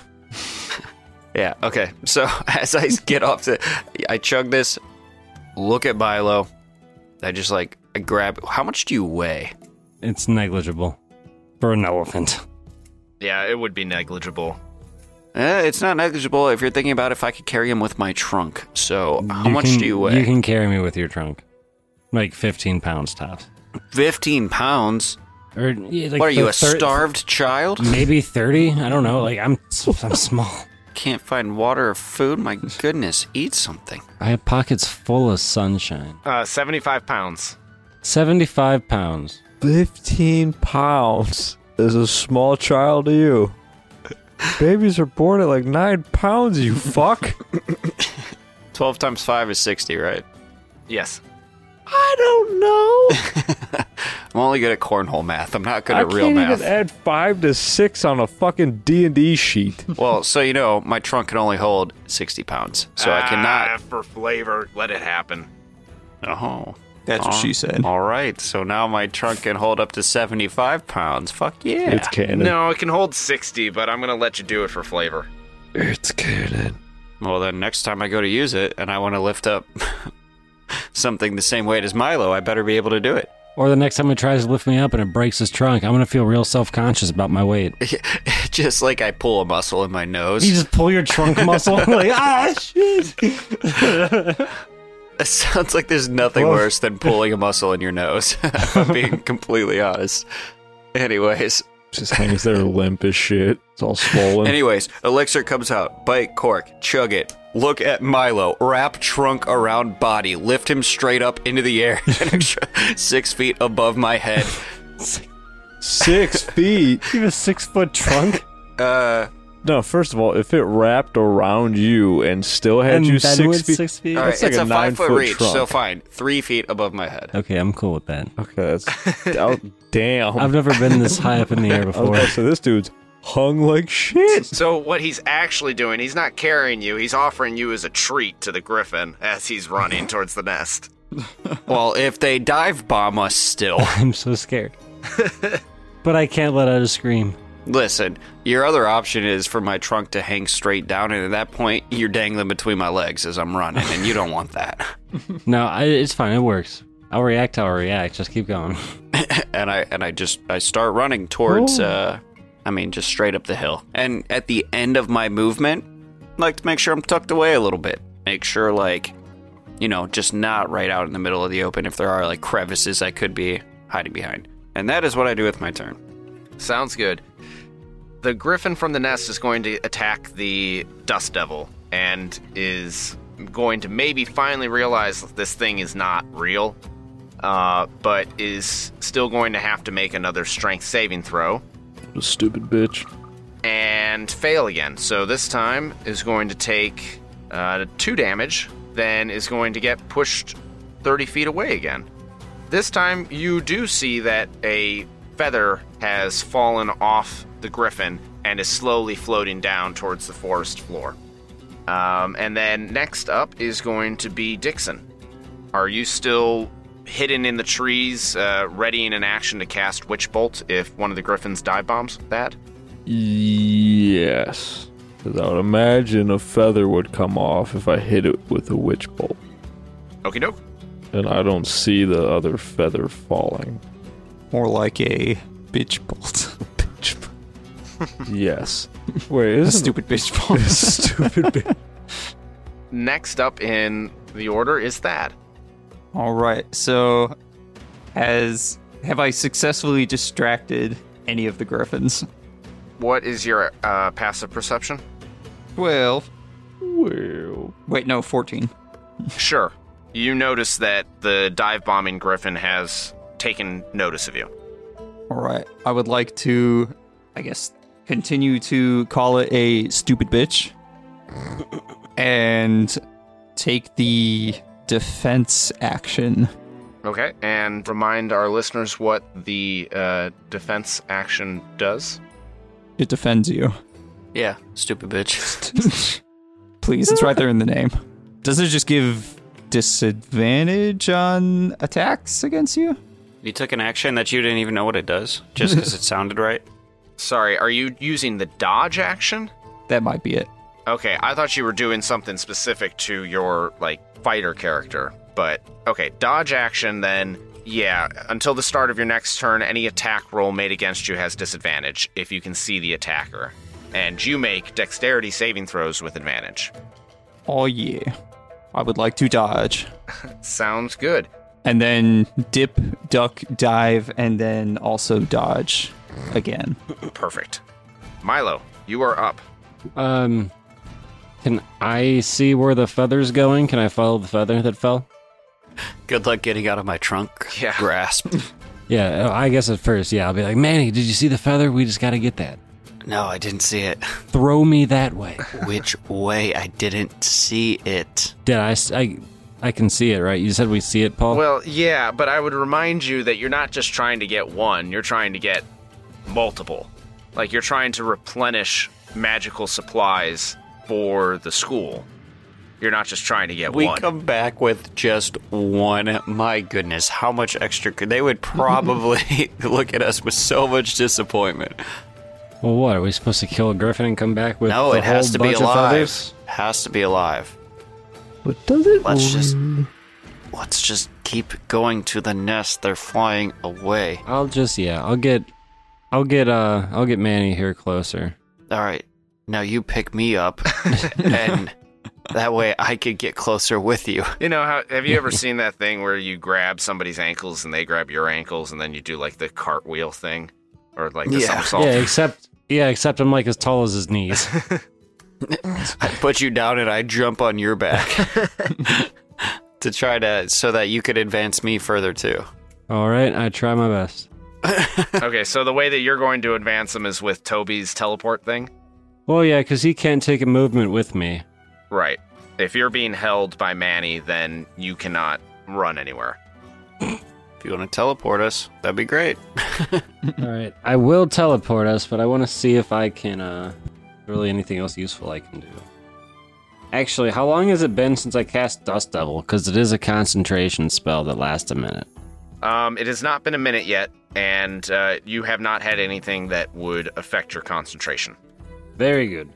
[SPEAKER 3] Yeah. Okay. [laughs] So as I get off to, I chug this, look at Milo. I just like I grab. How much do you weigh?
[SPEAKER 4] It's negligible for an elephant.
[SPEAKER 2] Yeah, it would be negligible.
[SPEAKER 3] Eh, it's not negligible if you're thinking about if I could carry him with my trunk. So how much
[SPEAKER 4] can-
[SPEAKER 3] do you weigh?
[SPEAKER 4] You can carry me with your trunk, like fifteen pounds tops.
[SPEAKER 3] Fifteen pounds.
[SPEAKER 4] Or yeah, like Mm.
[SPEAKER 3] what are you, a
[SPEAKER 4] thir-
[SPEAKER 3] starved child?
[SPEAKER 4] Maybe thirty. I don't know. Like I'm, I'm small. [laughs]
[SPEAKER 3] Can't find water or food. My goodness, eat something.
[SPEAKER 4] I have pockets full of sunshine.
[SPEAKER 2] Uh, 75 pounds.
[SPEAKER 4] Seventy-five pounds.
[SPEAKER 6] 15 pounds is a small child to you. Babies are born at like 9 pounds, you fuck.
[SPEAKER 3] Twelve times five is sixty, right?
[SPEAKER 2] Yes.
[SPEAKER 6] I don't [laughs] know.
[SPEAKER 3] I'm only good at cornhole math. I'm not good
[SPEAKER 6] I
[SPEAKER 3] at real
[SPEAKER 6] can't
[SPEAKER 3] math.
[SPEAKER 6] even add 5 to 6 on a fucking D&D sheet.
[SPEAKER 3] Well, so you know, my trunk can only hold 60 pounds, so I
[SPEAKER 2] Ah,
[SPEAKER 3] cannot.
[SPEAKER 2] for flavor, let it happen.
[SPEAKER 3] Oh.
[SPEAKER 5] That's what
[SPEAKER 3] All-
[SPEAKER 5] she said.
[SPEAKER 3] All right, so now my trunk can hold up to 75 pounds. Fuck yeah.
[SPEAKER 6] It's canon.
[SPEAKER 2] No, it can hold 60, but I'm going to let you do it for flavor.
[SPEAKER 6] It's canon.
[SPEAKER 3] well, then next time I go to use it and I want to lift up [laughs] something the same weight as Milo, I better be able to do it. [laughs]
[SPEAKER 4] Or the next time he tries to lift me up and it breaks his trunk, I'm gonna feel real self-conscious about my weight.
[SPEAKER 3] Just like I pull a muscle in my nose. [laughs]
[SPEAKER 4] You just pull your trunk muscle. [laughs] like ah shit.
[SPEAKER 3] It sounds like there's nothing worse than pulling a muscle in your nose, [laughs] if I'm
[SPEAKER 5] [laughs]
[SPEAKER 3] being completely honest. Anyways,
[SPEAKER 6] Just hangs there limp as shit. It's all swollen.
[SPEAKER 3] Anyways, elixir comes out. Bite cork, chug it. Look at Milo. Wrap trunk around body. Lift him straight up into the air, [laughs] six feet above my head.
[SPEAKER 6] Six feet.
[SPEAKER 4] You have a six-foot trunk,
[SPEAKER 3] Uh,
[SPEAKER 6] No, first of all, if it wrapped around you and still had
[SPEAKER 4] and
[SPEAKER 6] you
[SPEAKER 4] then
[SPEAKER 6] six
[SPEAKER 4] with
[SPEAKER 6] feet,
[SPEAKER 4] six feet.
[SPEAKER 3] all right,
[SPEAKER 6] That's like
[SPEAKER 3] it's
[SPEAKER 6] a
[SPEAKER 3] a, five foot
[SPEAKER 6] nine-foot
[SPEAKER 3] reach, so
[SPEAKER 6] trunk.
[SPEAKER 3] fine. Three feet above my head.
[SPEAKER 4] Okay, I'm cool with that.
[SPEAKER 6] Okay, that's
[SPEAKER 3] [laughs]
[SPEAKER 6] oh, damn.
[SPEAKER 4] I've never been this high up in the air
[SPEAKER 6] I was
[SPEAKER 4] before.
[SPEAKER 6] about to say, this dude's hung like shit.
[SPEAKER 2] So, what he's actually doing, he's not carrying you, he's offering you as a treat to the griffin as he's running [laughs] towards the nest.
[SPEAKER 3] Well, if they dive bomb us
[SPEAKER 6] [laughs]
[SPEAKER 3] still.
[SPEAKER 4] [laughs] I'm so
[SPEAKER 3] [laughs]
[SPEAKER 4] scared. but I can't let out a scream.
[SPEAKER 3] Listen, your other option is for my trunk to hang straight down, and at that point, you're dangling between my legs as I'm running, and you don't want that.
[SPEAKER 4] No, I, it's fine. It works. I'll react how I react. Just keep going.
[SPEAKER 3] and I and I just I start running towards uh I mean just straight up the hill. And at the end of my movement, I like to make sure I'm tucked away a little bit. Make sure like you know, just not right out in the middle of the open if there are like crevices I could be hiding behind. And that is what I do with my turn.
[SPEAKER 2] Sounds good. The griffin from the nest is going to attack the dust devil and is going to maybe finally realize that this thing is not real, uh, but is still going to have to make another strength saving throw
[SPEAKER 6] Stupid bitch.
[SPEAKER 2] and fail again. So this time is going to take uh, two damage, then is going to get pushed 30 feet away again. This time you do see that a feather has fallen off the griffin and is slowly floating down towards the forest floor. Um, and then next up is going to be Dixon. Are you still hidden in the trees, uh, readying an action to cast Witch Bolt if one of the griffins dive bombs that?
[SPEAKER 6] Yes. Because I would imagine a feather would come off if I hit it with a witch bolt.
[SPEAKER 2] Okie doke.
[SPEAKER 6] And I don't see the other feather falling.
[SPEAKER 5] More like a bitch bolt.
[SPEAKER 6] [laughs] Yes. Wait, isn't
[SPEAKER 5] Stupid bitch bolt.
[SPEAKER 6] stupid [laughs] bitch.
[SPEAKER 2] Next up in the order is Thad.
[SPEAKER 5] [laughs] All right. So, has have I successfully distracted any of the griffins?
[SPEAKER 2] What is your uh, passive perception?
[SPEAKER 5] Twelve.
[SPEAKER 6] Well,
[SPEAKER 5] Wait, no, fourteen.
[SPEAKER 2] sure. You notice that the dive bombing griffin has taken notice of you.
[SPEAKER 5] All right. I would like to, I guess, continue to call it a stupid bitch and take the defense action.
[SPEAKER 2] Okay. And remind our listeners what the uh, defense action does.
[SPEAKER 5] It defends you.
[SPEAKER 3] Yeah, stupid bitch. [laughs]
[SPEAKER 5] Please, it's right there in the name. Does it just give disadvantage on attacks against you?
[SPEAKER 3] You took an action that you didn't even know what it does, just because [laughs] it sounded right.
[SPEAKER 2] Sorry, are you using the dodge action?
[SPEAKER 5] That might be it.
[SPEAKER 2] Okay, I thought you were doing something specific to your like fighter character, but okay, dodge action then Yeah, until the start of your next turn, any attack roll made against you has disadvantage if you can see the attacker. And you make dexterity saving throws with advantage.
[SPEAKER 5] Oh, yeah. I would like to dodge.
[SPEAKER 2] Sounds good.
[SPEAKER 5] And then dip, duck, dive, and then also dodge again.
[SPEAKER 2] Perfect. Milo, you are up.
[SPEAKER 4] Um, can I see where the feather's going? Can I follow the feather that fell?
[SPEAKER 3] Good luck getting out of my trunk
[SPEAKER 2] Yeah.
[SPEAKER 3] grasp.
[SPEAKER 4] Yeah, I guess at first, yeah, I'll be like, Manny, did you see the feather? We just got to get that.
[SPEAKER 3] [laughs] no, I didn't see it.
[SPEAKER 4] Throw me that
[SPEAKER 3] [laughs]
[SPEAKER 4] way.
[SPEAKER 3] Which way? I didn't see it.
[SPEAKER 4] Did I? s- I, I can see it, right? You said we see it, Paul.
[SPEAKER 2] Well, yeah, but I would remind you that you're not just trying to get one, you're trying to get multiple. Like, you're trying to replenish magical supplies for the school. You're not just trying to get
[SPEAKER 3] We
[SPEAKER 2] one.
[SPEAKER 3] come back with just one. My goodness, how much extra could they would [laughs] probably look at us with so much disappointment.
[SPEAKER 4] Well, what are we supposed to kill a griffin and come back with?
[SPEAKER 3] No,
[SPEAKER 4] a
[SPEAKER 3] it has
[SPEAKER 4] whole
[SPEAKER 3] to be
[SPEAKER 4] bunch of
[SPEAKER 3] alive.
[SPEAKER 4] feathers?
[SPEAKER 3] Has to be alive.
[SPEAKER 5] But does it?
[SPEAKER 3] Let's just let's just keep going to the nest. They're flying away.
[SPEAKER 4] I'll just yeah, I'll get, I'll get uh, I'll get Manny here closer.
[SPEAKER 3] All right. Now you pick
[SPEAKER 4] [laughs]
[SPEAKER 3] me up and that way I could get closer with you.
[SPEAKER 2] You know, how, have you ever seen that thing where you grab somebody's ankles and they grab your ankles and then you do like the cartwheel thing or like the
[SPEAKER 3] Yeah.
[SPEAKER 2] somersault?
[SPEAKER 4] Yeah, except yeah, except I'm like as tall as his knees.
[SPEAKER 3] I put you down and I jump on your back to try to so that you could advance me further too.
[SPEAKER 4] All right, I try my best.
[SPEAKER 2] okay, so the way that you're going to advance them is with Toby's teleport thing?
[SPEAKER 4] Well, yeah, because he can't take a movement with me.
[SPEAKER 2] Right. If you're being held by Manny, then you cannot run anywhere.
[SPEAKER 3] If you want to teleport us, that'd be great.
[SPEAKER 4] All right, I will teleport us, but I want to see if I can uh, really anything else useful I can do. Actually, how long has it been since I cast Dust Devil? Because it is a concentration spell that lasts a minute.
[SPEAKER 2] Um, it has not been a minute yet, and uh, you have not had anything that would affect your concentration.
[SPEAKER 4] Very good.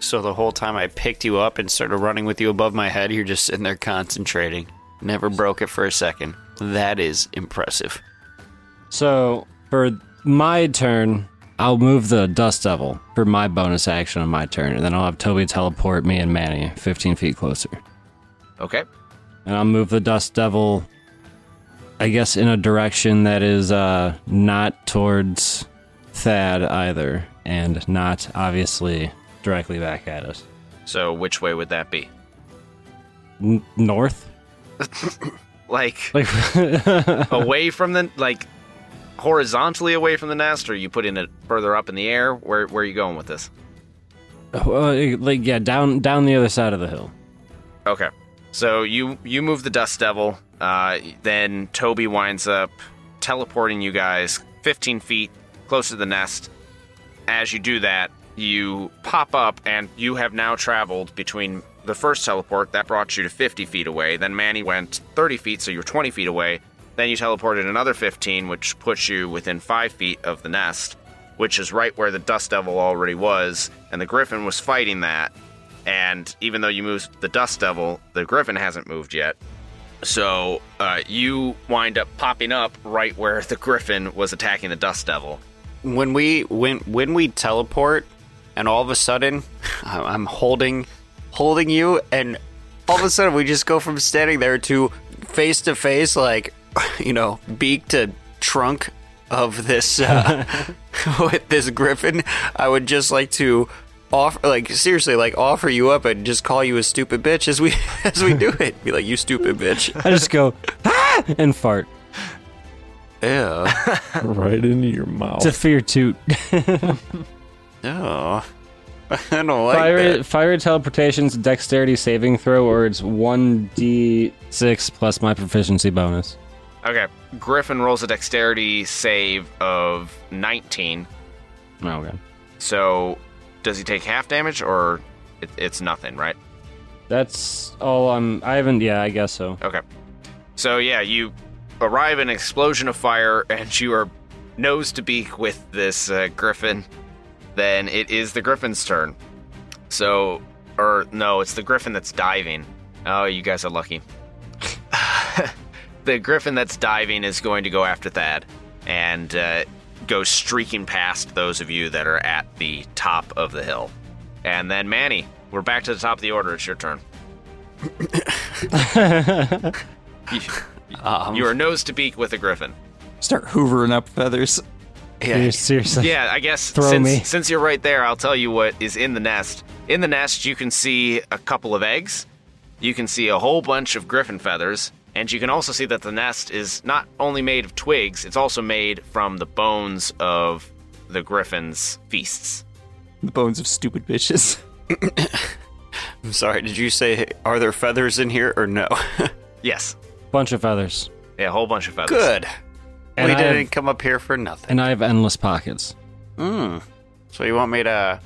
[SPEAKER 3] So the whole time I picked you up and started running with you above my head, you're just sitting there concentrating. Never broke it for a second. That is impressive.
[SPEAKER 4] So for my turn, I'll move the Dust Devil for my bonus action on my turn, and then I'll have Toby teleport me and Manny 15 feet closer.
[SPEAKER 2] Okay.
[SPEAKER 4] And I'll move the Dust Devil, I guess, in a direction that is uh, not towards Thad either, and not obviously directly back at us.
[SPEAKER 2] So which way would that be?
[SPEAKER 4] N- north?
[SPEAKER 2] Like
[SPEAKER 4] Like,
[SPEAKER 2] away from the like horizontally away from the nest, or you putting it further up in the air? Where where are you going with this?
[SPEAKER 4] uh, like yeah, down down the other side of the hill.
[SPEAKER 2] Okay. So you you move the dust devil. Uh, then Toby winds up teleporting you guys 15 feet close to the nest. As you do that, you pop up, and you have now traveled between the first teleport that brought you to 50 feet away. Then Manny went 30 feet, so you're 20 feet away. Then you teleported another 15, which puts you within five feet of the nest, which is right where the dust devil already was, and the griffin was fighting that. And even though you moved the Dust Devil, the Griffin hasn't moved yet. So uh, you wind up popping up right where [laughs] the Griffin was attacking the Dust Devil.
[SPEAKER 3] when we when when we teleport and all of a sudden [laughs] I- i'm holding holding you and all of a sudden we just go from standing there to face to face like [laughs] you know beak to trunk of this uh, [laughs] with this griffin i would just like to offer like seriously like offer you up and just call you a stupid bitch as we [laughs] as we do it be like you stupid bitch
[SPEAKER 4] I just go [laughs] ah! and fart
[SPEAKER 3] Ew.
[SPEAKER 6] right into your mouth.
[SPEAKER 4] to fear toot. [laughs]
[SPEAKER 3] no [laughs] i don't like
[SPEAKER 4] fire,
[SPEAKER 3] that.
[SPEAKER 4] fire teleportation's dexterity saving throw, or it's 1d6 plus my proficiency bonus.
[SPEAKER 2] Okay, Griffin rolls a dexterity save of 19.
[SPEAKER 4] Oh, okay.
[SPEAKER 2] So does he take half damage or it, it's nothing, right?
[SPEAKER 4] That's all I'm. I haven't. Yeah, I guess so.
[SPEAKER 2] Okay. So yeah, you arrive in an explosion of fire, and you are nose to beak with this uh, griffin. Then it is the griffin's turn. So, or no, it's the griffin that's diving. Oh, you guys are lucky. [sighs] the griffin that's diving is going to go after Thad and uh, go streaking past those of you that are at the top of the hill. And then Manny, we're back to the top of the order. It's your turn. you,
[SPEAKER 3] Um,
[SPEAKER 2] you are nose to beak with a griffin.
[SPEAKER 5] Start hoovering up feathers.
[SPEAKER 3] yeah,
[SPEAKER 4] Seriously.
[SPEAKER 2] Yeah, I guess
[SPEAKER 4] Throw
[SPEAKER 2] since,
[SPEAKER 4] me.
[SPEAKER 2] since you're right there, I'll tell you what is in the nest. In the nest, you can see a couple of eggs, you can see a whole bunch of griffin feathers, and you can also see that the nest is not only made of twigs, it's also made from the bones of the griffin's feasts.
[SPEAKER 5] The bones of stupid bitches. [laughs]
[SPEAKER 3] I'm sorry. Did you say are there feathers in here or no? [laughs]
[SPEAKER 2] Yes,
[SPEAKER 4] Bunch of feathers.
[SPEAKER 2] yeah, a whole bunch of feathers.
[SPEAKER 3] Good.
[SPEAKER 4] And
[SPEAKER 3] we
[SPEAKER 4] I
[SPEAKER 3] didn't
[SPEAKER 4] have-
[SPEAKER 3] come up here for nothing.
[SPEAKER 4] And I have endless pockets.
[SPEAKER 3] Mm. So you want me to?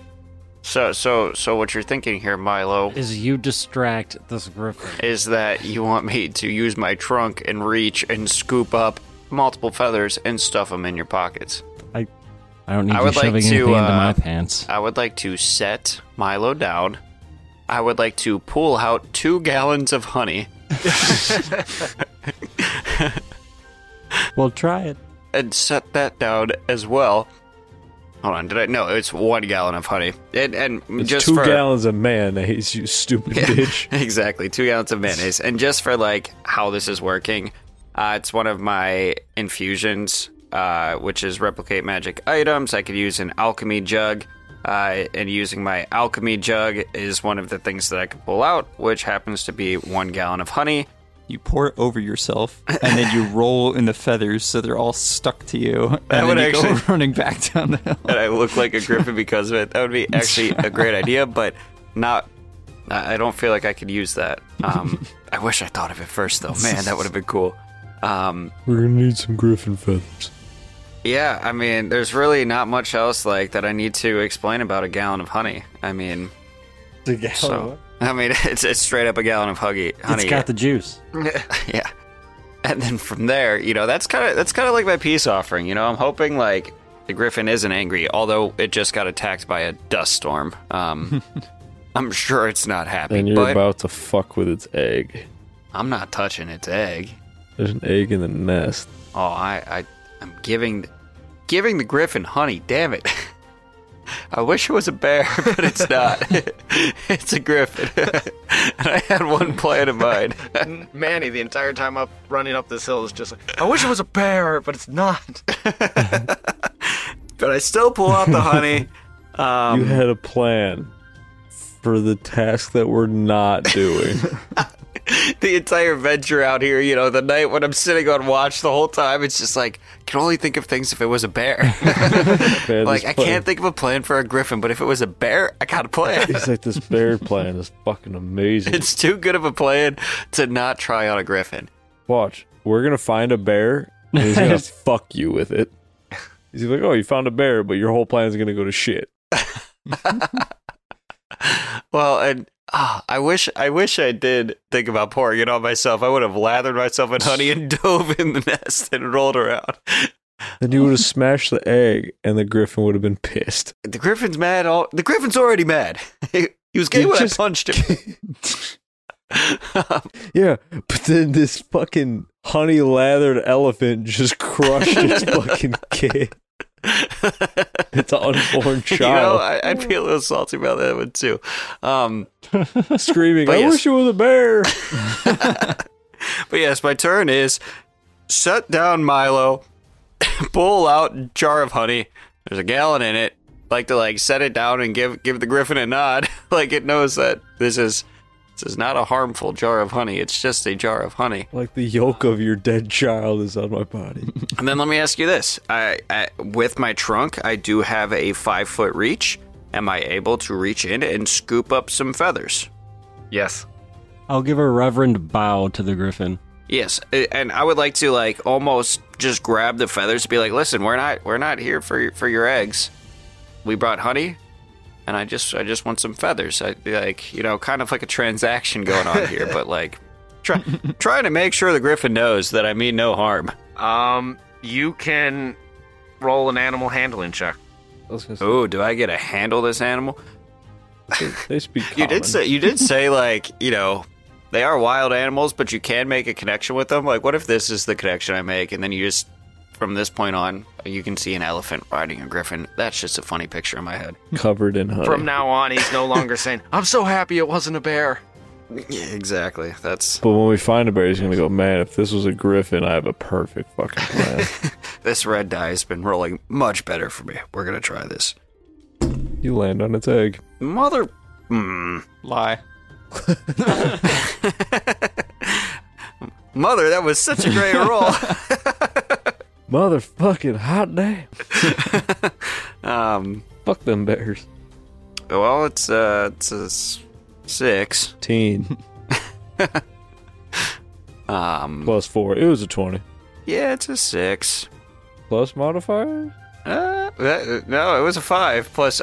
[SPEAKER 3] So so so what you're thinking here, Milo,
[SPEAKER 4] Is you distract this griffin.
[SPEAKER 3] is that you want me to use my trunk and reach and scoop up multiple feathers and stuff them in your pockets.
[SPEAKER 4] I don't need
[SPEAKER 3] I
[SPEAKER 4] you
[SPEAKER 3] would like
[SPEAKER 4] shoving
[SPEAKER 3] to,
[SPEAKER 4] anything into
[SPEAKER 3] uh,
[SPEAKER 4] my pants.
[SPEAKER 3] I would like to set Milo down. I would like to pull out two gallons of honey
[SPEAKER 4] Well, try it.
[SPEAKER 3] and set that down as well. Hold on, did I? No, it's one gallon of honey. And, and
[SPEAKER 6] It's
[SPEAKER 3] just
[SPEAKER 6] two
[SPEAKER 3] for,
[SPEAKER 6] gallons of mayonnaise, you stupid
[SPEAKER 3] [laughs]
[SPEAKER 6] bitch.
[SPEAKER 3] exactly two gallons of mayonnaise and just for like how this is working uh, it's one of my infusions uh, which is replicate magic items i could use an alchemy jug uh, and using my alchemy jug is one of the things that i can pull out which happens to be one gallon of honey
[SPEAKER 5] You pour it over yourself, and
[SPEAKER 3] [laughs]
[SPEAKER 5] then you roll in the feathers so they're all stuck to you. And
[SPEAKER 3] That
[SPEAKER 5] then
[SPEAKER 3] would
[SPEAKER 5] you
[SPEAKER 3] actually-
[SPEAKER 5] go [laughs] running back down
[SPEAKER 3] [laughs]
[SPEAKER 5] the hill.
[SPEAKER 3] and i look like a griffin because of it that would be actually a great idea but not i I don't feel like i could use that um, i wish i thought of it first though man that would have been cool um,
[SPEAKER 6] [laughs] We're gonna need some griffin feathers.
[SPEAKER 3] Yeah, I mean, there's really not much else like that I need to explain about a gallon of honey. I mean, so I mean, [laughs] it's it's straight up a gallon of huggy honey. uh,
[SPEAKER 4] It's got the juice.
[SPEAKER 3] yeah. And then from there, you know, that's kind of that's kind of like my peace offering. You know, I'm hoping like the griffin isn't angry, although it just got attacked by a dust storm.
[SPEAKER 4] [laughs]
[SPEAKER 3] Um, I'm sure it's not happy,
[SPEAKER 6] And you're
[SPEAKER 3] but
[SPEAKER 6] about to fuck with its egg.
[SPEAKER 3] I'm not touching its egg.
[SPEAKER 6] There's an egg in the nest.
[SPEAKER 3] Oh, I, I, I'm giving, giving the griffin honey. Damn it! [laughs] I wish it was a bear, [laughs] but it's not. it's a griffin, [laughs] and I had one plan in mind. [laughs]
[SPEAKER 2] Manny, the entire time up running up this hill, is just like, I wish it was a bear, but it's not. [laughs]
[SPEAKER 3] but I still pull out the honey. Um,
[SPEAKER 6] you had a plan for the task that we're
[SPEAKER 3] [laughs]
[SPEAKER 6] not doing.
[SPEAKER 3] [laughs] the entire venture out here, you know, the night when I'm sitting on watch the whole time, it's just like can only think of things if it was a [laughs] bear.
[SPEAKER 6] Man,
[SPEAKER 3] like
[SPEAKER 6] this
[SPEAKER 3] I
[SPEAKER 6] plan-
[SPEAKER 3] can't think of a plan for a griffin, but if it was a bear, I got a [laughs] plan.
[SPEAKER 6] [laughs] It's like this bear plan is fucking amazing.
[SPEAKER 3] it's too good of a plan to not try on a griffin.
[SPEAKER 6] Watch, we're gonna find a bear and
[SPEAKER 3] [laughs]
[SPEAKER 6] he's gonna fuck you with it. He's like, oh, you found a bear, but your whole plan is gonna go to shit.
[SPEAKER 3] Well, and ah, I wish I wish I did think about pouring it on myself. I would have lathered myself in honey and [laughs] dove in the nest and rolled around.
[SPEAKER 6] Then you would have smashed the egg, and the griffin would have been pissed.
[SPEAKER 3] The griffin's mad. All the griffin's already mad. [laughs] He, he was gay
[SPEAKER 6] You
[SPEAKER 3] when
[SPEAKER 6] just-
[SPEAKER 3] I punched him. [laughs]
[SPEAKER 6] Yeah, but then this fucking honey lathered elephant just
[SPEAKER 3] [laughs]
[SPEAKER 6] crushed its fucking kid. It's an unborn
[SPEAKER 3] You know,
[SPEAKER 6] child
[SPEAKER 3] I, I'd be a little salty about that one too. Um,
[SPEAKER 6] screaming,
[SPEAKER 3] But
[SPEAKER 6] "I
[SPEAKER 3] yes.
[SPEAKER 6] wish it was a bear."
[SPEAKER 3] But yes, my turn is shut down Milo, [laughs] pull out jar of honey. There's a gallon in it. Like to like set it down and give give the griffin a nod, [laughs] like it knows that this is this is not a harmful jar of honey. It's just a jar of honey.
[SPEAKER 6] Like the yolk of your dead child is on my body.
[SPEAKER 3] And then let me ask you this: I, I with my trunk, I do have a five foot reach. Am I able to reach in and scoop up some feathers?
[SPEAKER 2] Yes.
[SPEAKER 4] I'll give a reverend bow to the griffin.
[SPEAKER 3] Yes, a- and I would like to like almost just grab the feathers, be like, "Listen, we're not we're not here for your- for your eggs. We brought honey, and I just I just want some feathers. I like you know, kind of like a transaction going on here, but like try, trying to make sure the griffin knows that I mean no harm.
[SPEAKER 2] Um, you can roll an animal handling check.
[SPEAKER 3] Oh, do I get to handle this animal?
[SPEAKER 6] They speak.
[SPEAKER 3] You did
[SPEAKER 6] common.
[SPEAKER 3] say you did say like you know They are wild animals, but you can make a connection with them. Like, what if this is the connection I make, and then you just, from this point on, you can see an elephant riding a griffin. That's just a funny picture in my head.
[SPEAKER 6] Covered in honey.
[SPEAKER 2] From now on, he's no
[SPEAKER 4] [laughs]
[SPEAKER 2] longer saying, I'm so happy it wasn't a bear.
[SPEAKER 3] Yeah, exactly. That's
[SPEAKER 6] but when we find a bear, he's gonna go, man. If this was a griffin, I have a perfect
[SPEAKER 3] [laughs]
[SPEAKER 6] fucking plan.
[SPEAKER 3] this red die has been rolling much better for me. We're gonna try this.
[SPEAKER 6] you land on its egg.
[SPEAKER 3] Mother, Hmm.
[SPEAKER 5] Lie.
[SPEAKER 3] mother, that was such a
[SPEAKER 2] [laughs]
[SPEAKER 3] great roll.
[SPEAKER 6] Motherfucking hot damn!
[SPEAKER 3] [laughs] Um,
[SPEAKER 6] Fuck them bears.
[SPEAKER 3] well, it's uh, it's a s- six.
[SPEAKER 6] Teen
[SPEAKER 3] [laughs] Um,
[SPEAKER 6] plus four. It was a twenty.
[SPEAKER 3] yeah, it's a six.
[SPEAKER 6] Plus modifiers.
[SPEAKER 3] Uh, that, no, it was a five. Plus,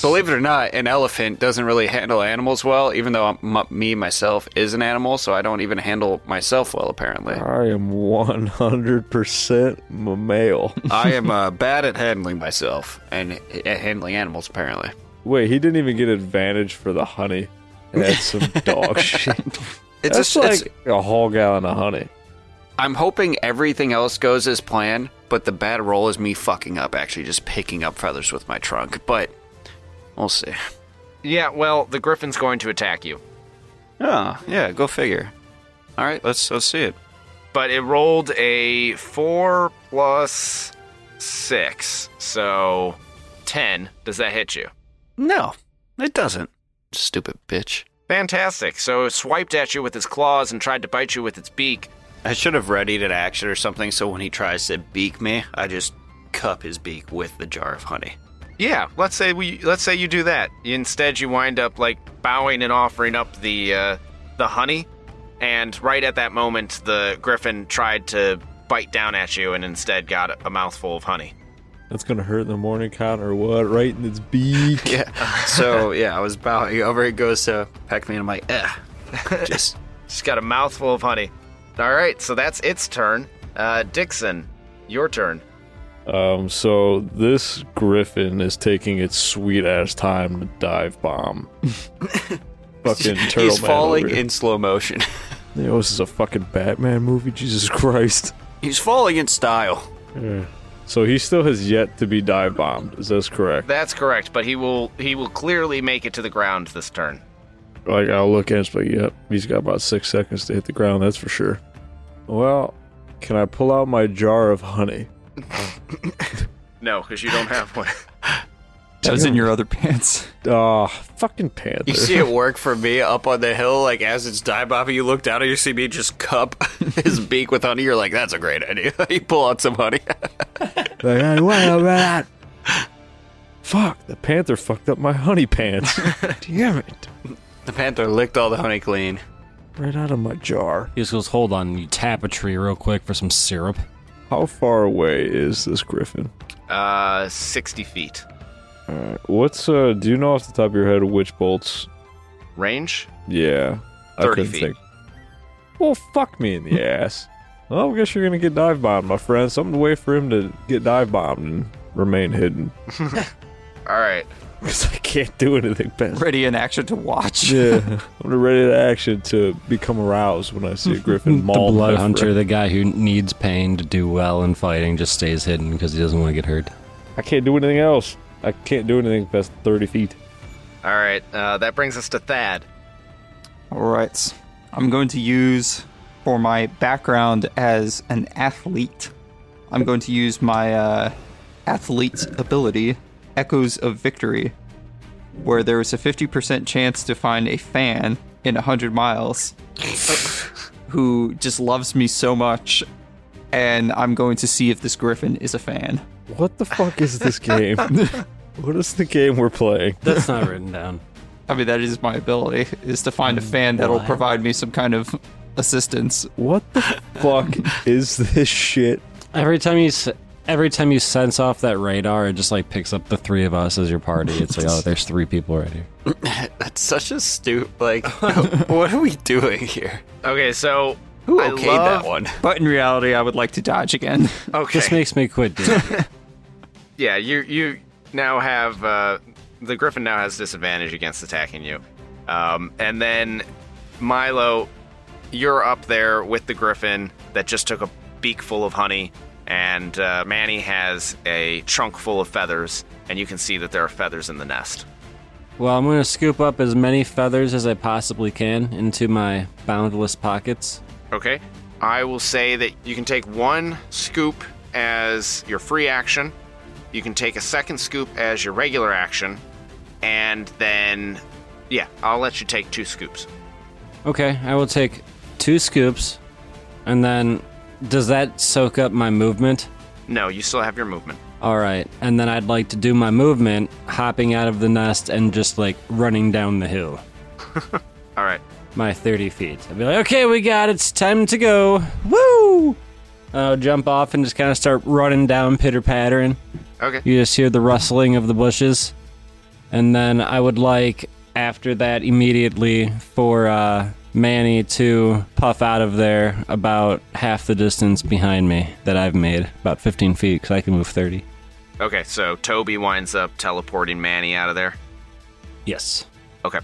[SPEAKER 3] believe it or not, an elephant doesn't really handle animals well. Even though I'm, m- me myself is an animal, so I don't even handle myself well. Apparently,
[SPEAKER 6] I am one hundred percent male. [laughs]
[SPEAKER 3] I [laughs] am uh, bad at handling myself and at handling animals. Apparently,
[SPEAKER 6] Wait, he didn't even get advantage for the honey.
[SPEAKER 3] [laughs]
[SPEAKER 6] That's some dog shit.
[SPEAKER 3] it's
[SPEAKER 6] That's
[SPEAKER 3] just
[SPEAKER 6] like
[SPEAKER 3] it's,
[SPEAKER 6] a whole gallon of honey.
[SPEAKER 3] I'm hoping everything else goes as planned, but the bad roll is me fucking up. Actually, just picking up feathers with my trunk, but we'll see.
[SPEAKER 2] Yeah, well, the griffin's going to attack you.
[SPEAKER 3] Oh, yeah, go figure. All right, let's let's see it.
[SPEAKER 2] But it rolled a four plus six, so 10. Does that hit you?
[SPEAKER 3] No, it doesn't. Stupid bitch.
[SPEAKER 2] Fantastic. So it swiped at you with its claws and tried to bite you with its beak.
[SPEAKER 3] I should have readied an action or something so when he tries to beak me, I just cup his beak with the jar of honey.
[SPEAKER 2] Yeah, let's say we let's say you do that. Instead, you wind up like bowing and offering up the uh, the honey, and right at that moment, the griffin tried to bite down at you, and instead got a mouthful of honey.
[SPEAKER 6] That's gonna hurt in the morning, Cotton, or what? Right in its beak.
[SPEAKER 3] Yeah. so, [laughs] yeah, I was bowing over. He goes to peck me, and I'm like, eh. [laughs] Just,
[SPEAKER 2] She's got a mouthful of honey. All right, so that's its turn. Uh, Dixon, your turn.
[SPEAKER 6] Um, so this griffin is taking its sweet ass time to
[SPEAKER 3] [laughs]
[SPEAKER 6] dive bomb. fucking turtle
[SPEAKER 3] he's
[SPEAKER 6] man
[SPEAKER 3] falling
[SPEAKER 6] over here.
[SPEAKER 3] in slow motion. [laughs]
[SPEAKER 6] You know, this is a fucking Batman movie. [laughs] Jesus Christ.
[SPEAKER 3] he's falling in style.
[SPEAKER 6] So he still has yet to be dive bombed. Is this correct?
[SPEAKER 2] That's correct, but he will he will clearly make it to the ground this turn.
[SPEAKER 6] Like I'll look at it, but yep, he's got about six seconds to hit the ground. That's for sure. Well, can I pull out my jar of honey?
[SPEAKER 2] No, because you don't have one.
[SPEAKER 5] That was in your other [laughs] pants.
[SPEAKER 6] Ah, fucking panther.
[SPEAKER 3] You
[SPEAKER 6] [laughs]
[SPEAKER 3] see it work for me up on the hill, like as it's dive bombing. You look down and you see me just cup [laughs] his beak with honey. You're like, that's a great idea. [laughs] you pull out some honey. [laughs]
[SPEAKER 6] Like, hey, what about that? Fuck, the panther fucked up my honey [laughs] pants. Damn it.
[SPEAKER 3] the panther licked all the honey clean.
[SPEAKER 6] Right out of my jar.
[SPEAKER 4] He just goes, hold on, you tap a tree real quick for some syrup.
[SPEAKER 6] How far away is this griffin?
[SPEAKER 2] [laughs] Uh, sixty feet
[SPEAKER 6] What's uh do you know off the top of your head which bolts?
[SPEAKER 2] range.
[SPEAKER 6] Yeah.
[SPEAKER 2] 30 feet.
[SPEAKER 6] Well fuck
[SPEAKER 4] [laughs]
[SPEAKER 6] me in the ass. Well, I guess you're gonna get dive bombed, my friend. Something to wait for him to get dive bombed and remain hidden.
[SPEAKER 2] All right.
[SPEAKER 6] Because I can't do anything
[SPEAKER 5] [laughs]
[SPEAKER 6] better.
[SPEAKER 5] Ready in action to watch.
[SPEAKER 6] Yeah. I'm gonna ready to action to become aroused when
[SPEAKER 4] [laughs]
[SPEAKER 6] I see a griffin maul
[SPEAKER 4] the
[SPEAKER 6] my
[SPEAKER 4] blood
[SPEAKER 6] friend.
[SPEAKER 4] hunter, the guy who needs pain to do well in fighting, just stays hidden because he doesn't want to get hurt.
[SPEAKER 6] I can't do anything else. I can't do anything past 30 feet.
[SPEAKER 2] All right, uh, that brings us to Thad.
[SPEAKER 5] All right. I'm going to use, for my background as an athlete, I'm going to use my uh, athlete's ability, Echoes of Victory, where there is a 50% chance to find a fan in 100 miles who just loves me so much, and I'm going to see if this griffin is a fan.
[SPEAKER 6] What the fuck
[SPEAKER 4] [laughs]
[SPEAKER 6] is this game? [laughs] what is the game we're playing?
[SPEAKER 4] [laughs] That's not written down.
[SPEAKER 5] I mean, that is my ability, is to find a fan that'll provide me some kind of assistance.
[SPEAKER 6] What the
[SPEAKER 4] [laughs]
[SPEAKER 6] fuck is this shit?
[SPEAKER 4] Every time you s- every time you sense off that radar, it just like picks up the three of us as your party. It's like, oh, there's three people right here.
[SPEAKER 3] That's such a stupid. [laughs] Like, what are we doing here?
[SPEAKER 2] Okay, so
[SPEAKER 3] Who
[SPEAKER 2] I
[SPEAKER 3] okayed
[SPEAKER 2] love-
[SPEAKER 3] that one?
[SPEAKER 5] But in reality, I would like to dodge again. [laughs]
[SPEAKER 2] Okay,
[SPEAKER 4] This makes me quit. Dude.
[SPEAKER 2] yeah, you you now have uh, the griffin now has disadvantage against attacking you, um, and then Milo, you're up there with the griffin that just took a beak full of honey, and uh, Manny has a trunk full of feathers, and you can see that there are feathers in the nest.
[SPEAKER 4] Well, I'm going to scoop up as many feathers as I possibly can into my boundless pockets.
[SPEAKER 2] Okay. I will say that you can take one scoop as your free action, you can take a second scoop as your regular action, and then, yeah, I'll let you take two scoops.
[SPEAKER 4] Okay, I will take two scoops, and then does that soak up my movement?
[SPEAKER 2] No, you still have your movement.
[SPEAKER 4] All right, and then I'd like to do my movement, hopping out of the nest and just like running down the hill,
[SPEAKER 2] All right.
[SPEAKER 4] my 30 feet. I'd be like, okay, we got it. It's time to go. Woo! And I'll jump off and just kind of start running down, pitter pattering.
[SPEAKER 2] Okay.
[SPEAKER 4] You just hear the rustling of the bushes. And then I would like, after that, immediately for uh, Manny to puff out of there about half the distance behind me that I've made, about 15 feet, because I can move 30.
[SPEAKER 2] Okay, so Toby winds up teleporting Manny out of there.
[SPEAKER 4] Yes.
[SPEAKER 2] Okay.